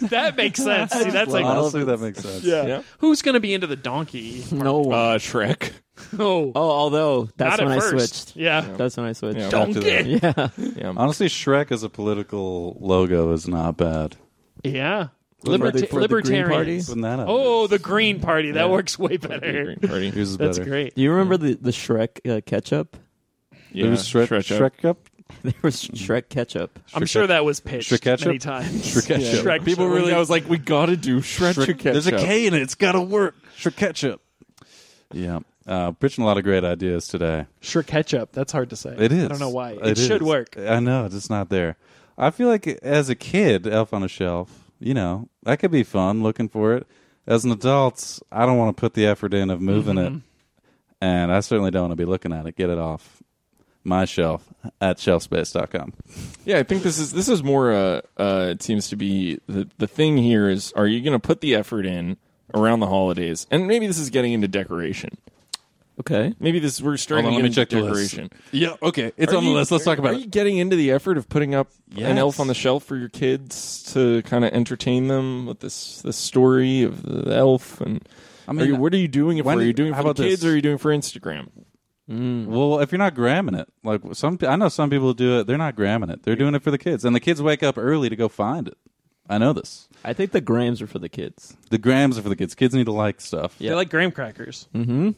that makes sense. See, that's like honestly, that makes sense. yeah. who's going to be into the donkey? No one. Uh, Shrek. Oh, oh, although that's not when at I first. switched. Yeah, That's when I switched. Yeah. After that. donkey. Yeah. Yeah. Honestly, Shrek as a political logo is not bad. Yeah, For the- Liberta- for the Green libertarians. Party? Putting that up. Oh, the Green Party. That works way better. Green Party. Yours is That's better. great. Do you remember the, the Shrek uh, ketchup? Yeah. It was Shrek, Shrek up. Shrek up. There was Shrek ketchup. I'm sure that was pitched Shrek ketchup? many times. Shrek ketchup. Shrek People ketchup. really, I was like, we gotta do Shrek, Shrek- ketchup. There's a K in it. It's got to work. Shrek ketchup. Yeah. Uh, pitching a lot of great ideas today. Shrek ketchup. That's hard to say. It is. I don't know why. It, is. should work. I know. It's just not there. I feel like as a kid, Elf on a Shelf, you know, that could be fun looking for it. As an adult, I don't want to put the effort in of moving it. And I certainly don't want to be looking at it. Get it off my shelf at shelfspace.com. Yeah, I think this is this is more. Uh, uh, it seems to be the the thing here is: are you going to put the effort in around the holidays? And maybe this is getting into decoration. Okay. Maybe this we're starting Hold on, to let get me check into the list. decoration. Yeah, okay. It's Are on the you- list. Let's are- talk about Are you it. getting into the effort of putting up Yes. an elf on the shelf for your kids to kind of entertain them with this this story of the elf? And I mean, mean, what are you doing? If, when are you did- doing how for the about this? kids? or Are you doing for Instagram? Well, if you're not gramming it, like some, I know some people do it. They're not gramming it. They're doing it for the kids, and the kids wake up early to go find it. I know this. I think the grams are for the kids. The grams are for the kids. Kids need to like stuff. Yeah. They like graham crackers. Mm-hmm.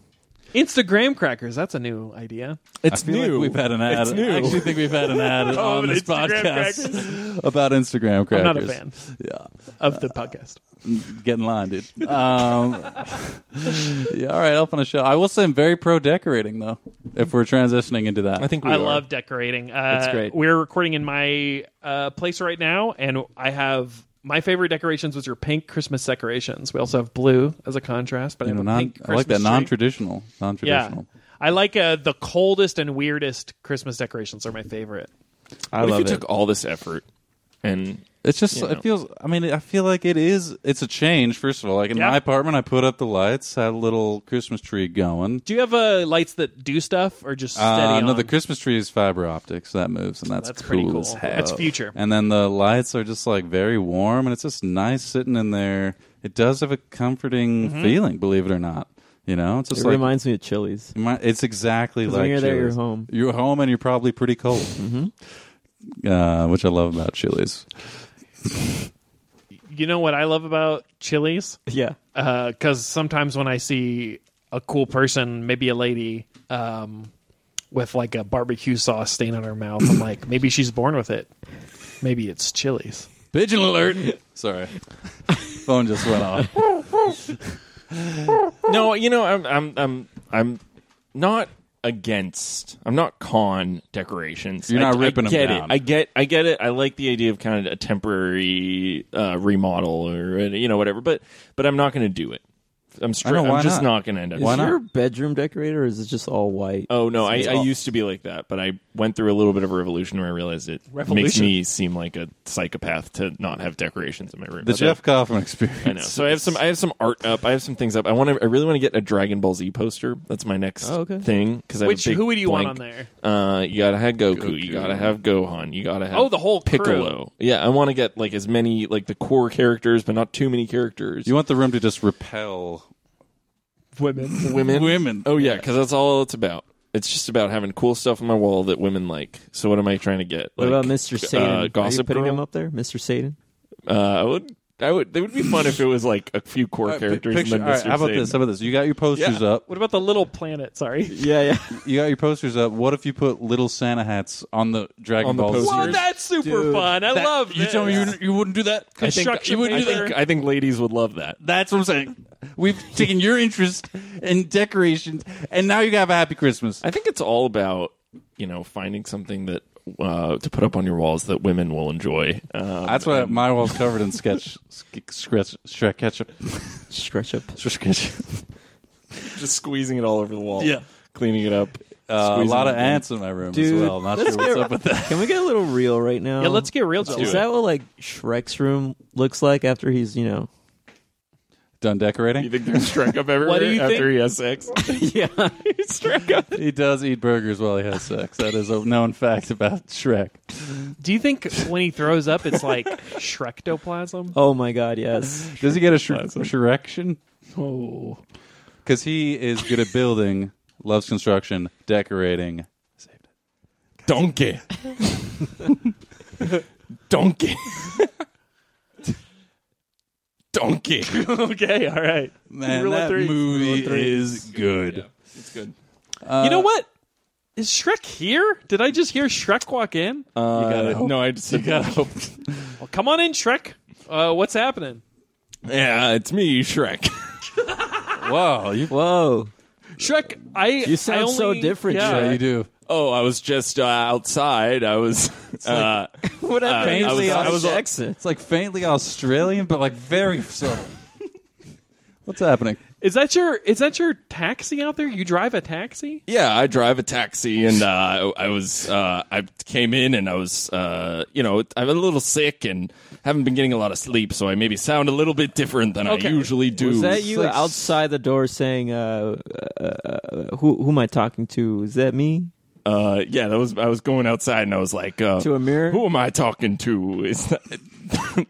Instagram crackers. That's a new idea. It's I feel new. like we've had an ad. It's new. I actually think we've had an ad on Oh, an this Instagram podcast about Instagram crackers. I'm not a fan Yeah. of the podcast. Get in line, dude. Um, yeah, all right, up on a show. I will say I'm very pro decorating, though, if we're transitioning into that. I think we I are. love decorating. Uh, It's great. We're recording in my uh, place right now, and I have my favorite decorations, which are pink Christmas decorations. We also have blue as a contrast, but you I know, have a non, pink I Christmas like that tree. non traditional. Non Yeah, traditional. I like uh, the coldest and weirdest Christmas decorations are my favorite. I What if love you it. took all this effort and It's just You know. it feels. I mean, I feel like it is. It's a change. First of all, like in Yeah. my apartment, I put up the lights, had a little Christmas tree going. Do you have uh, lights that do stuff or just steady? Uh, no, on? the Christmas tree is fiber optics that moves, and that's, That's pretty cool. as hell. That's future. And then the lights are just like very warm, and it's just nice sitting in there. It does have a comforting Mm-hmm. feeling, believe it or not. You know, it's just It like reminds me of Chili's. my- it's exactly 'Cause like when you're there, you're Chili's. home. Mm-hmm. You're home, and you're probably pretty cold, uh, which I love about Chili's. you know what I love about Chili's? Yeah. because sometimes when I see a cool person, maybe a lady, um, with like a barbecue sauce stain on her mouth, I'm like, maybe she's born with it. Maybe it's Chili's. Pigeon alert! Sorry, phone just went off. No, you know, I'm I'm I'm I'm not against. I'm not con decorations. You're I- not I ripping 'em get down. It. I get I get it. I like the idea of kind of a temporary uh, remodel or uh, you know whatever, but but I'm not going to do it. I'm straight. know, why I'm just not? not, going to end up. Is Why not? your bedroom decorator or is it just all white? Oh no, I, I all- used to be like that, but I went through a little bit of a revolution where I realized it makes Revolution? me seem like a psychopath to not have decorations in my room. The So- Jeff Kaufman experience. I know. So I have some. I have some art up. I have some things up. I want to. I really want to get a Dragon Ball Z poster. That's my next Oh, okay. thing. Because Which who would you want on there? Uh, you gotta have Goku, You gotta have Gohan. You gotta have Oh, the whole crew. Piccolo. Yeah, I want to get like as many like the core characters, but not too many characters. You want the room to just repel Women. women? women. Oh yeah, because that's all it's about. It's just about having cool stuff on my wall that women like. So what am I trying to get? What Like, about Mr. Satan? Uh, Are you Gossip putting Girl? him up there, Mr. Satan? Uh, I would. I would. They would be fun if it was like a few core characters. Picture- and then all Mr. right, how about Satan. this? How about this? You got your posters up. What about the Little Planet? Sorry. Yeah, yeah. You got your posters up. What if you put little Santa hats on the Dragon On the Ball? Z? posters. Well, Oh, that's super Dude, fun. I That- love You this. tell me you, wouldn't- you wouldn't do that. I think, Construction you would- I, paper. think, I think ladies would love that. That's what I'm saying. We've taken your interest in decorations, and now you have a happy Christmas. I think it's all about you know finding something that uh, to put up on your walls that women will enjoy. Um, That's why my wall's covered in sketch, sk- scratch, scratch, ketchup, Uh, Stretch up. sketch. just squeezing it all over the wall. Yeah, cleaning it up. Uh, a squeezing lot it of in. ants in my room Dude, as well. Not sure what's up with that. Can we get a little real right now? Yeah, let's get real. do Joe. Is it. that what like Shrek's room looks like after he's you know? Done decorating? You think there's Shrek up everywhere do you after think- he has sex? yeah, Shrek up. He does eat burgers while he has sex. That is a known fact about Shrek. Do you think when he throws up, it's like Shrektoplasm? Oh my God, yes. Does he get a erection? Oh, Because he is good at building, loves construction, decorating. Donkey. Donkey. Donkey. okay, all right. Man, Rule of threes. movie is good. It's good. you Uh, know what? Is Shrek here? Did I just hear Shrek walk in? Uh, gotta hope. No, I just you gotta hope. Well, come on in, Shrek. Uh, what's happening? Yeah, it's me, Shrek. Wow, you, Whoa, Shrek, I you sound so different, yeah, Shrek. you do. Oh, I was just uh, outside. I was. Uh, whatever. I was- I was- It's like faintly Australian, but like very subtle. What's happening? Is that your is that your taxi out there? You drive a taxi? yeah, I drive a taxi, and uh, I was. Uh, I came in, and I was. Uh, you know, I'm a little sick, and haven't been getting a lot of sleep, so I maybe sound a little bit different than Okay. I usually do. Is that you like- outside the door saying, uh, uh, uh, "Who who am I talking to? Is that me?" Uh, yeah, that was. I was going outside, and I was like, uh, To a mirror? Who am I talking to? Is that,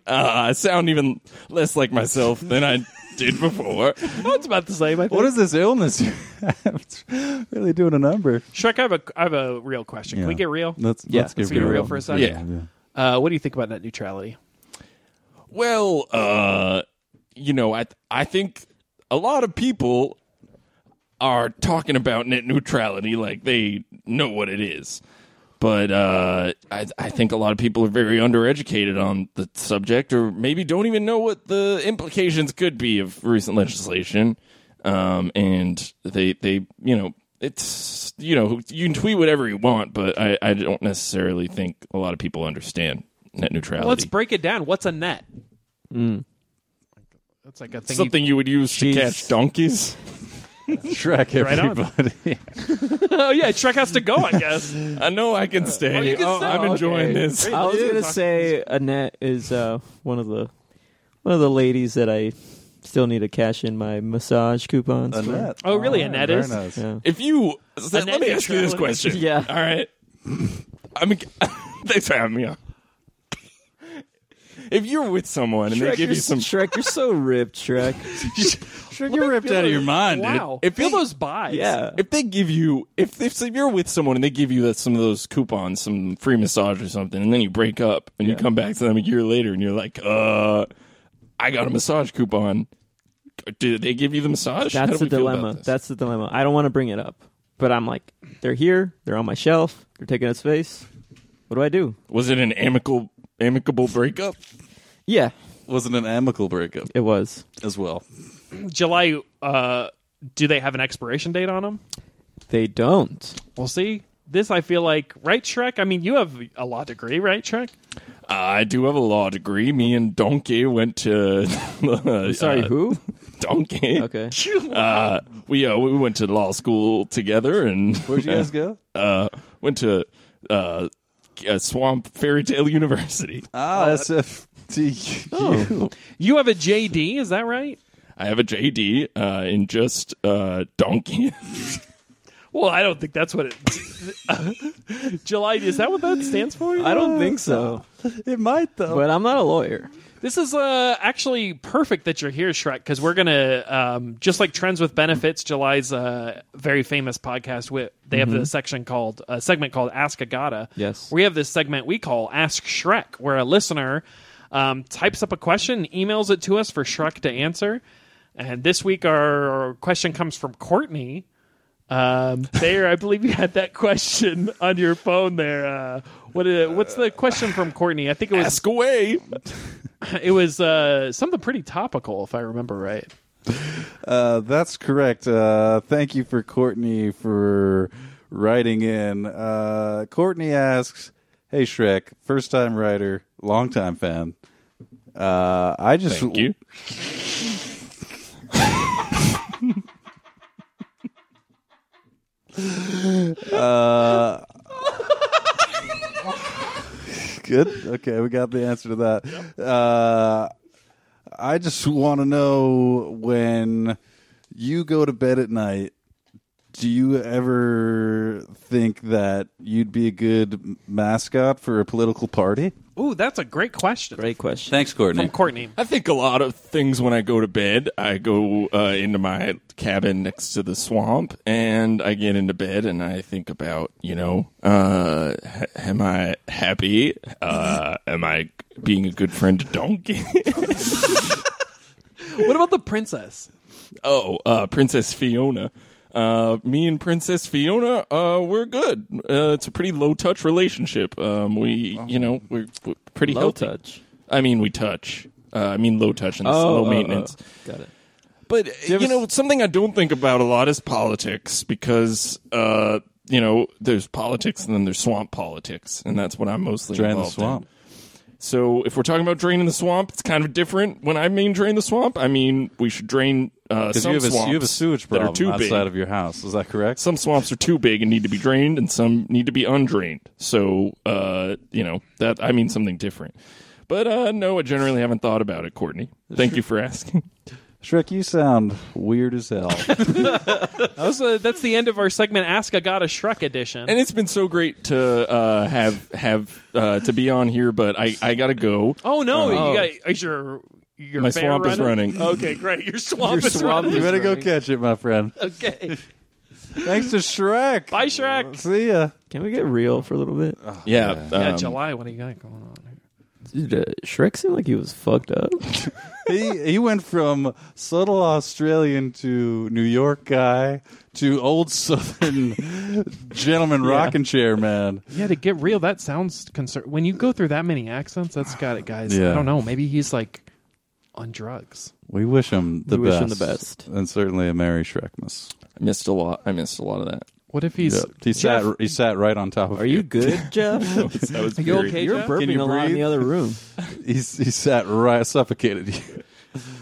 uh, I sound even less like myself than I did before. I was about to say. I think. What is this illness you have? It's really doing a number. Shrek, I have a I have a real question. Can we Yeah. get real? Let's, Yeah, let's, get, let's get real for a second. Yeah. Uh, what do you think about net neutrality? Well, uh, you know, I I think a lot of people are talking about net neutrality like they know what it is. But uh, I, I think a lot of people are very undereducated on the subject, or maybe don't even know what the implications could be of recent legislation. Um, and they, they, you know, it's you know, you can tweet whatever you want, but I, I don't necessarily think a lot of people understand net neutrality. Let's break it down. What's a net? That's like a thing. you- Something you would use to Jeez. catch donkeys. Shrek, Right on. everybody. oh yeah, Shrek has to go. I guess. I know I can stay. you can stay. I'm enjoying Okay. this. I was gonna say Annette is uh, one of the one of the ladies that I still need to cash in my massage coupons. for. Annette. Oh, really, All right, Annette very is? nice. Yeah. If you let net me ask you this neutrality. question. Yeah. All right. I'm. thanks for having me on. If you're with someone and they Shrek, give you're, you some, Shrek, you're so ripped, Shrek. Shrek, you're ripped out of your mind, dude. Wow. If If feel they- those buys. Yeah. if they give you, if if you're with someone and they give you that, some of those coupons, some free massage or something, and then you break up and you come back to them a year later and you're like, uh, I got a massage coupon. Do they give you the massage? How do That's the we feel about dilemma. this? That's the dilemma. I don't want to bring it up, but I'm like, they're here. They're on my shelf. They're taking up space. What do I do? Was it an amicable amicable breakup? Yeah, Wasn't an amicable breakup it was. as well. July. Uh, do they have an expiration date on them? They don't. We'll see. This I feel like right, Shrek. I mean, you have a law degree, right, Shrek? I do have a law degree. Me and Donkey went to. uh, Sorry, who? Donkey. Okay. Uh, we uh, we went to law school together and Where'd you guys go? uh, went to uh, uh, Swamp Fairy Tale University. Uh. Ah, SFTQ. You have a JD, is that right? I have a JD uh, in just uh, Donkey. Well, I don't think that's what it. July is that what that stands for? I don't think so. It might though. But I'm not a lawyer. This is uh, actually perfect that you're here, Shrek, because we're gonna um, just like Trends with Benefits, July's uh, very famous podcast. With they have the section called a segment called Ask a Agata. Yes. we have this segment we call Ask Shrek, where a listener um, types up a question, emails it to us for Shrek to answer. And this week, our question comes from Courtney. Um, there, I believe you had that question on your phone. There, uh, what? Is, what's the question from Courtney? I think it was Ask away. it was uh, something pretty topical, if I remember right. Uh, that's correct. Uh, thank you for Courtney for writing in. Uh, Courtney asks, "Hey Shrek, first time writer, long time fan. Uh, I just Thank you. good. Okay, we got the answer to that. Uh, I just want to know when you go to bed at night, do you ever think that you'd be a good mascot for a political party? Ooh, that's a great question Great question. Thanks, Courtney. from Courtney. I think a lot of things when I go to bed. I go uh, into my cabin next to the swamp, and I get into bed, and I think about, you know, uh, h- am I happy? Uh, am I being a good friend to Donkey? What about the princess? oh, uh, Princess Fiona. Uh, me and Princess Fiona, uh, we're good. Uh, it's a pretty low touch relationship. Um, we, you know, we're, we're pretty Low healthy. touch. Oh, uh, I mean, we touch. Uh, I mean, low touch and low maintenance. Got it. But you, ever know, something I don't think about a lot is politics because uh, you know there's politics and then there's swamp politics, and that's what I'm mostly Drain the involved in. swamp. So if we're talking about draining the swamp, it's kind of different. When I mean drain the swamp, I mean we should drain uh, Because some you, have a- swamps you have a sewage that problem are too outside big. of your house. Is that correct? some swamps are too big and need to be drained, and some need to be undrained. So uh, you know that I mean something different. But uh, no, I generally haven't thought about it, Courtney. Thank you for asking. Shrek, you sound weird as hell. That was, uh, that's the end of our segment, Ask a God a Shrek edition. and it's been so great to uh, have have uh, to be on here, but I, I gotta go. oh no, Oh. you got is your your My fair swamp is running? running. Okay, great. Your swamp is swamp you running. better go catch it, my friend. Okay, Thanks to Shrek. bye, Shrek. See ya. Can we get real for a little bit? Yeah, yeah, um, July. What do you got going on? here? Dude, uh, Shrek seemed like he was fucked up. he he went from subtle Australian to New York guy to old Southern gentleman rocking chair man. Yeah, to get real, that sounds concern. When you go through that many accents, that's got it, guys. I Yeah. don't know. Maybe he's like on drugs. We wish him the We wish best. him the best. and certainly a Merry Shrekmas. I missed a lot. I missed a lot of that. What if he's? Yep. He sat he sat right on top of. Are you good, Jeff? That was Are you very- okay, You're Jeff? burping Can you a lot in breathe? the other room. He he sat right suffocated you.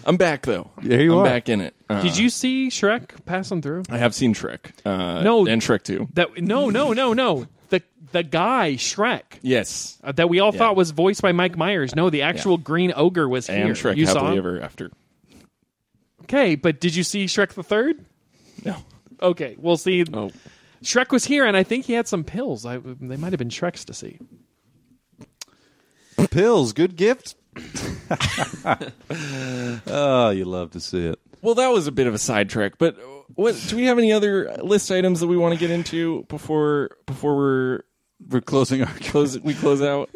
I'm back though. There you I'm are. back in it. Uh, Did you see Shrek passing through? I have seen Shrek. Uh, No. and Shrek Two. That no, no, no, no. The the guy Shrek Yes, uh, that we all Yeah. thought was voiced by Mike Myers. No, the actual green ogre was here. and Shrek you saw. Happily him? Ever After. Okay, but did you see Shrek the Third? No. Okay, we'll see. Oh, Shrek was here, and I think he had some pills. I, they might have been Shreks to see. Pills, good gift. oh, you love to see it. well, that was a bit of a sidetrack. But what do we have any other list items that we want to get into before before we're We're closing our close we close out?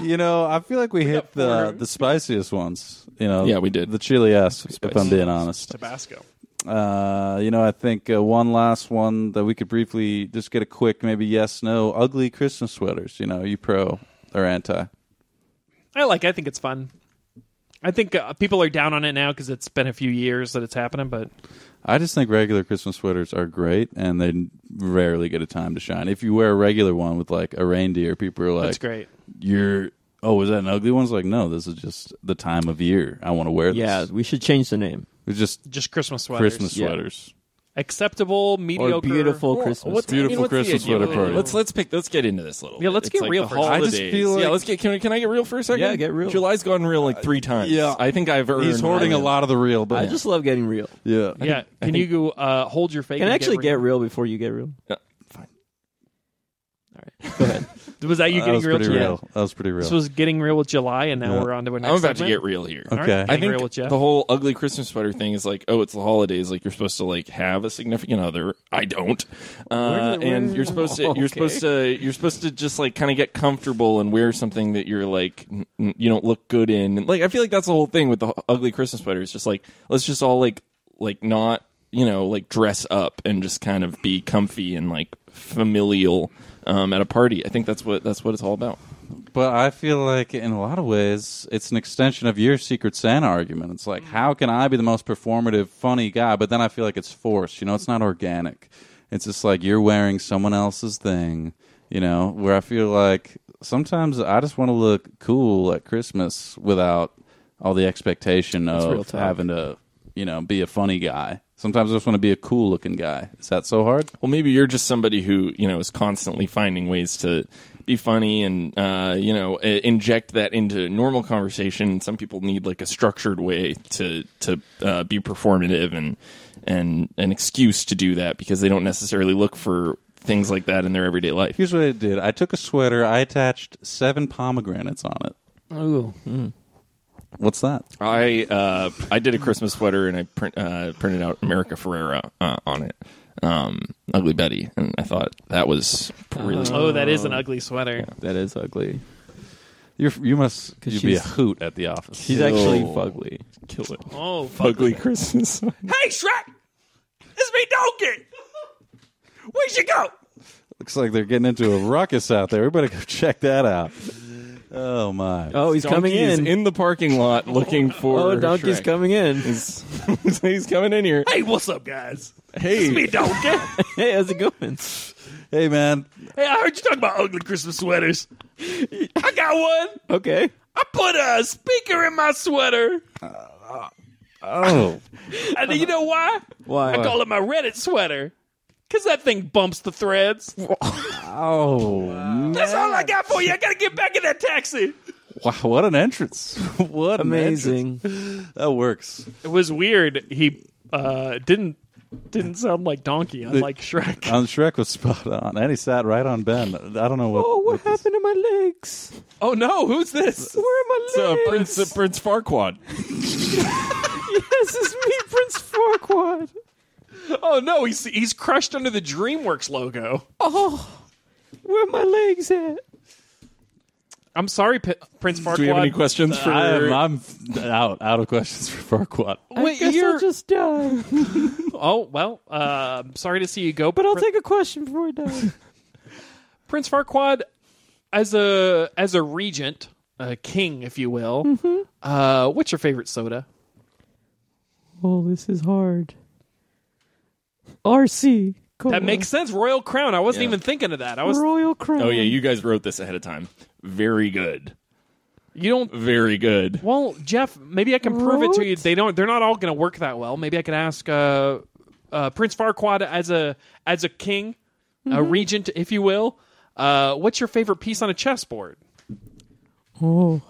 You know, I feel like we hit the the spiciest ones. You know, Yeah, we did. the chili ass. If I'm being honest, Tabasco. uh, you know, I think uh, one last one that we could briefly just get a quick maybe yes no ugly Christmas sweaters. You know, you pro or anti? I like. I think it's fun. I think uh, people are down on it now because it's been a few years that it's happening. But I just think regular Christmas sweaters are great, and they rarely get a time to shine. If you wear a regular one with like a reindeer, people are like, that's great. You're oh, is that an ugly one?" It's like, no, this is just the time of year I want to wear. This. Yeah, we should change the name. it's just Just Christmas sweaters. Christmas Yeah. sweaters. acceptable, mediocre, Or beautiful Christmas. What's- Beautiful what's the Christmas idea? sweater party. Let's let's pick. Let's get into this a little. Yeah, bit. let's It's get like real the for a second. I just holidays. feel yeah, like- let's get. Can, we- can I get real for a second? Yeah, get real. July's gone real like three times. Yeah. I think I've earned. He's hoarding a my- lot of the real, but I just love getting real. yeah, Yeah, can you go, uh, hold your fake? Can and actually get get. real before you get real. Yeah, fine. All right, go ahead. real? Was that you Uh, that getting was real? pretty July? real. That was pretty real. This was getting real with July, and now Yeah. we're on to our next. I'm about to segment. get real here. All right, Okay. I I getting think real with Jeff. the whole ugly Christmas sweater thing is like, oh, it's the holidays. Like you're supposed to like have a significant other. I don't, uh, Where did- where and did- you're supposed to you're Okay. supposed to you're supposed to just like kind of get comfortable and wear something that you're like n- n- you don't look good in. And, like I feel like that's the whole thing with the hu- ugly Christmas sweater. It's just like let's just all like like not you know like dress up and just kind of be comfy and like familial um, at a party. I think that's what that's what it's all about. But I feel like in a lot of ways, it's an extension of your Secret Santa argument. It's like, how can I be the most performative, funny guy? But then I feel like it's forced. You know, it's not organic. It's just like you're wearing someone else's thing, you know, where I feel like sometimes I just want to look cool at Christmas without all the expectation real of talk. having to, you know, be a funny guy. Sometimes I just want to be a cool looking guy. Is that so hard? Well, maybe you're just somebody who you know is constantly finding ways to be funny and uh, you know i- inject that into normal conversation. Some people need like a structured way to to uh, be performative and and an excuse to do that because they don't necessarily look for things like that in their everyday life. Here's what I did I took a sweater, I attached seven pomegranates on it. Ooh. What's that? I uh, I did a Christmas sweater and I print, uh, printed out America Ferrera uh, on it, um, Ugly Betty, and I thought that was really Oh, that is an ugly sweater. That is ugly. You're, you must 'Cause you be a she's- hoot at the office. She's actually fugly. kill it. Oh, fuck. Ugly Christmas. Hey, Shrek! It's me, Donkey! Where'd you go? Looks like they're getting into a ruckus out there. Everybody go check that out. Oh my! Oh, he's coming Donkey is in. in the parking lot looking for. oh, donkey's Shrek. coming in. So he's coming in here. Hey, what's up, guys? Hey, Me, Donkey! hey, how's it going? Hey man, hey, I heard you talking about ugly Christmas sweaters. I got one! Okay. I put a speaker in my sweater! oh, And you know why? Why? I call it my Reddit sweater. Cause that thing bumps the threads. oh, That's all I got for you. I gotta get back in that taxi. wow! What an entrance! what an entrance. Amazing. That works. It was weird. He uh, didn't didn't sound like Donkey, unlike Shrek. Um, Shrek was spot on, and he sat right on Ben. I don't know what. Oh, what what this- happened to my legs? oh no, who's this? Where are my legs? It's uh, Prince uh, Prince Farquaad. yes, it's me, Prince Farquaad. Oh no, he's he's crushed under the DreamWorks logo. Where are my legs at? I'm sorry, P- Prince Farquaad. Do we have any questions for? I am, I'm out out of questions for Farquaad. Wait, I guess you're- I'll just die. Oh well, uh, I'm sorry to see you go, But I'll Prin- take a question before I die. Prince Farquaad as a as a regent, a king, if you will. Uh, what's your favorite soda? oh, this is hard. RC. Cola, That makes sense. Royal Crown. I wasn't Yeah. even thinking of that. I was. Royal Crown. oh yeah, you guys wrote this ahead of time. Very good. You don't. Very good. Well, Jeff, maybe I can prove it to you. Right? They don't. They're not all going to work that well. Maybe I can ask uh, uh, Prince Farquaad as a as a king, a regent, if you will. Uh, what's your favorite piece on a chessboard? Oh,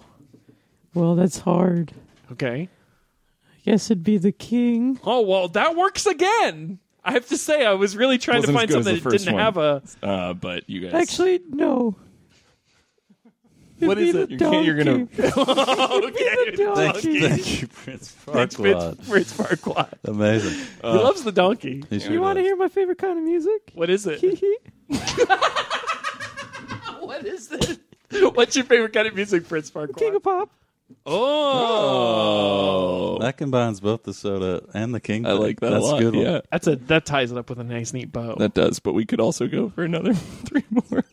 well, that's hard. Okay. I guess it'd be the king. Oh well, that works again. I have to say, I was really trying Wasn't to find as good as something the that first didn't one. have a. Uh, but you guys, Actually, no. It'd What be is the it? You're kidding- you're gonna- donkey. It'd be the Thank- donkey. Thank you, Prince It's Farquaad. Fitz- Fritz Farquaad. Amazing. he loves the donkey. He sure You want to does. hear my favorite kind of music? What is it? Hee hee. what is it? What's your favorite kind of music, Prince Farquaad? King of Pop. oh. That combines both the soda and the king. I like that That's a lot. a good one. Yeah, That's a that ties it up with a nice neat bow. that does. But we could also go for another three more.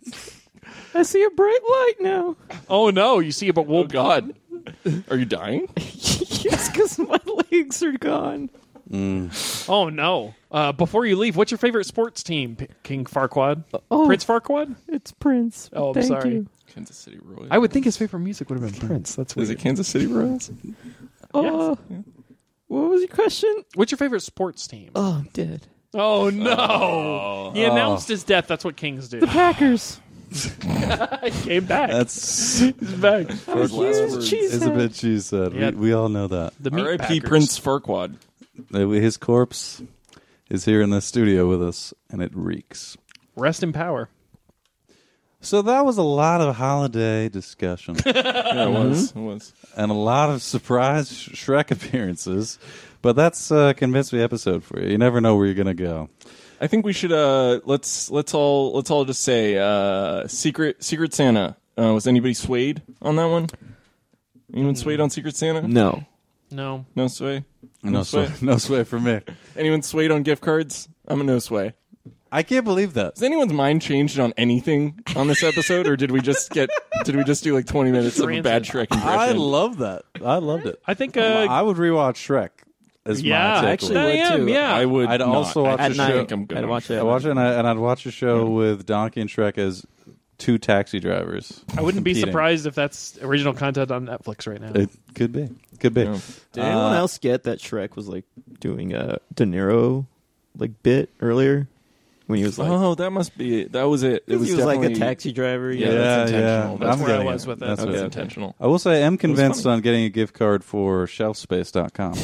I see a bright light now. oh no, you see, but we'll Oh God, are you dying? yes, because my legs are gone. Oh no! Uh, before you leave, what's your favorite sports team, P- King Farquad? Oh, Prince Farquad? it's Prince. Oh, I'm Thank sorry. You. Kansas City Royals. I would think his favorite music would have been Prince. That's Is weird. it Kansas City Royals? Oh, what was your question? What's your favorite sports team? Oh, I'm dead. Oh no! He announced his death. That's what kings do. Packers. I came back. That's He's back. I'm a Those last huge words. cheese is a bit she said. Yeah. We, we all know that. The meat R.I.P. packers. Prince Farquad. Uh, His corpse is here in the studio with us, and it reeks. Rest in power. So that was a lot of holiday discussion Yeah, it Mm-hmm. was. It was. and a lot of surprise Sh- Shrek appearances, but that's uh, convince me episode for you. You never know where you're gonna go. I think we should uh let's let's all let's all just say uh Secret Secret Santa. Uh, was anybody swayed on that one? Hmm. Anyone swayed on Secret Santa? No. No. No sway. No sway, no sway for me. Anyone swayed on gift cards? I'm a no sway. I can't believe that. Has anyone's mind changed on anything on this episode, or did we just get did we just do like 20 minutes of a bad Shrek impression? I love that. I loved it. I think. Uh, I would rewatch Shrek. Is yeah, my takeaway. actually I would am. too. Yeah, I would. I'd not. also watch I a just show- think I'm good. I'd watch it. I watch it, and, I, and I'd watch a show with Donkey and Shrek as two taxi drivers. I wouldn't be competing. surprised if that's original content on Netflix right now. It could be, could be. Yeah. Did anyone else get that Shrek was like doing a De Niro like bit earlier when he was like Oh, that must be it. That was it. It was, he was like a definitely- taxi driver? Yeah, that's intentional. That's I'm where I getting was with it. That's That what was it is. intentional. I will say, I am convinced funny. on getting a gift card for shelfspace.com.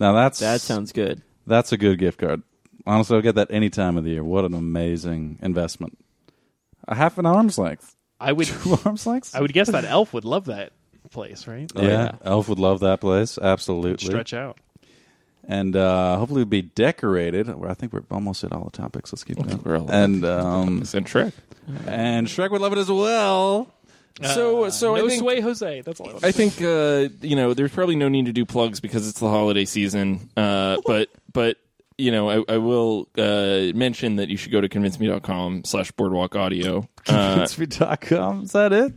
now that's that sounds good. that's a good gift card. Honestly, I'll get that any time of the year. What an amazing investment! A half an arm's length, I would. two arms lengths. I would guess that Elf would love that place, right? yeah, Elf would love that place absolutely. Stretch out. and uh, hopefully it'll be decorated. Well, I think we're almost at all the topics. Let's keep going. we're all at and um, It's in Shrek. and Shrek would love it as well. So so uh, no I think sway, Jose. That's all. I, want I think uh, you know there's probably no need to do plugs because it's the holiday season. Uh, but but you know I, I will uh, mention that you should go to convinceme.com slash boardwalk audio. Uh, Convinceme.com. Is that it?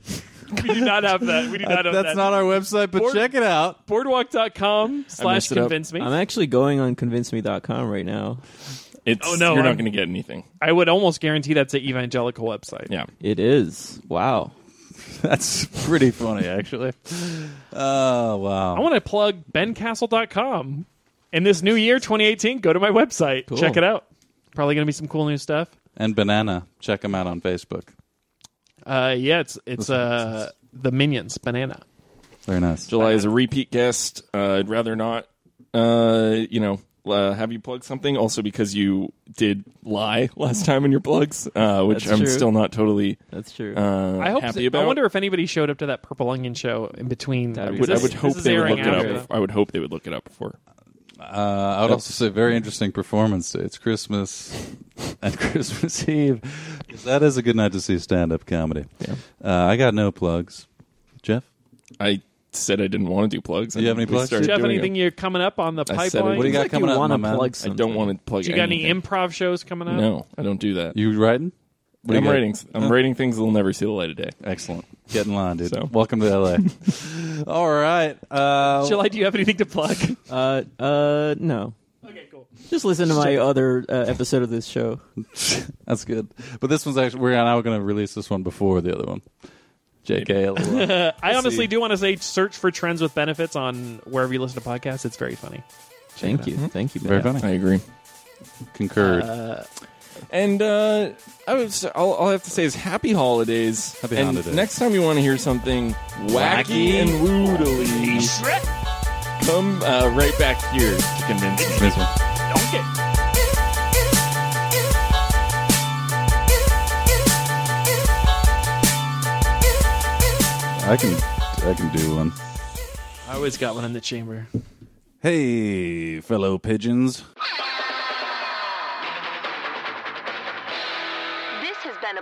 we do not have that. We do not have That's that. not our website, but Board- check it out. Boardwalk.com slash messed it up. convince me. I'm actually going on convinceme.com right now. it's Oh, no, you're I'm- not going to get anything. I would almost guarantee that's an evangelical website. Yeah, It is. Wow. That's pretty funny, actually. Oh wow! I want to plug bencastle.com. In this new year, 2018, go to my website. Check it out. Probably going to be some cool new stuff. and banana. Check them out on Facebook. Uh, yeah, it's it's uh, the Minions Banana. Very nice. July is a repeat guest. Uh, I'd rather not. Uh, you know. Uh, have you plug something? Also, because you did lie last time in your plugs, uh, which That's I'm true. still not totally That's true. uh, I hope. happy about. I wonder if anybody showed up to that Purple Onion show in between. That'd I be would, I This- would hope this is they would airing look it up. after. bef- I would hope they would look it up before. Uh, I would also say very interesting performance. It's Christmas and Christmas Eve, That is a good night to see stand-up comedy. Uh, I got no plugs. Jeff, I said I didn't want to do plugs. Do you have any We plugs? started They're Jeff, doing anything it. you're coming up on the I pipeline? said it. What do you got like coming you up, wanna my man? plug I something. don't want to plug. You got any anything. improv shows coming up? No, I don't do that. you writing? What do you I'm got? writing. I'm writing things that'll never see the light of day. Excellent. Get in line, dude. So. Welcome to LA. All right. Uh, July, do you have anything to plug? Uh, uh, no. okay, cool. Just listen to my other uh, episode of this show. That's good. But this one's actually we're now going to release this one before the other one. JK. I honestly see. do want to say search for trends with benefits on wherever you listen to podcasts. It's very funny. Thank you, thank you. Very Matt. funny. I agree. Concurred. And uh, I was, all, all I have to say is happy holidays. Happy and holidays. Next time you want to hear something wacky, Wacky. and woodily, Shrek, come uh, right back here to convince me. This one. don't get. I can I can do one. I always got one in the chamber. Hey, fellow pigeons. This has been a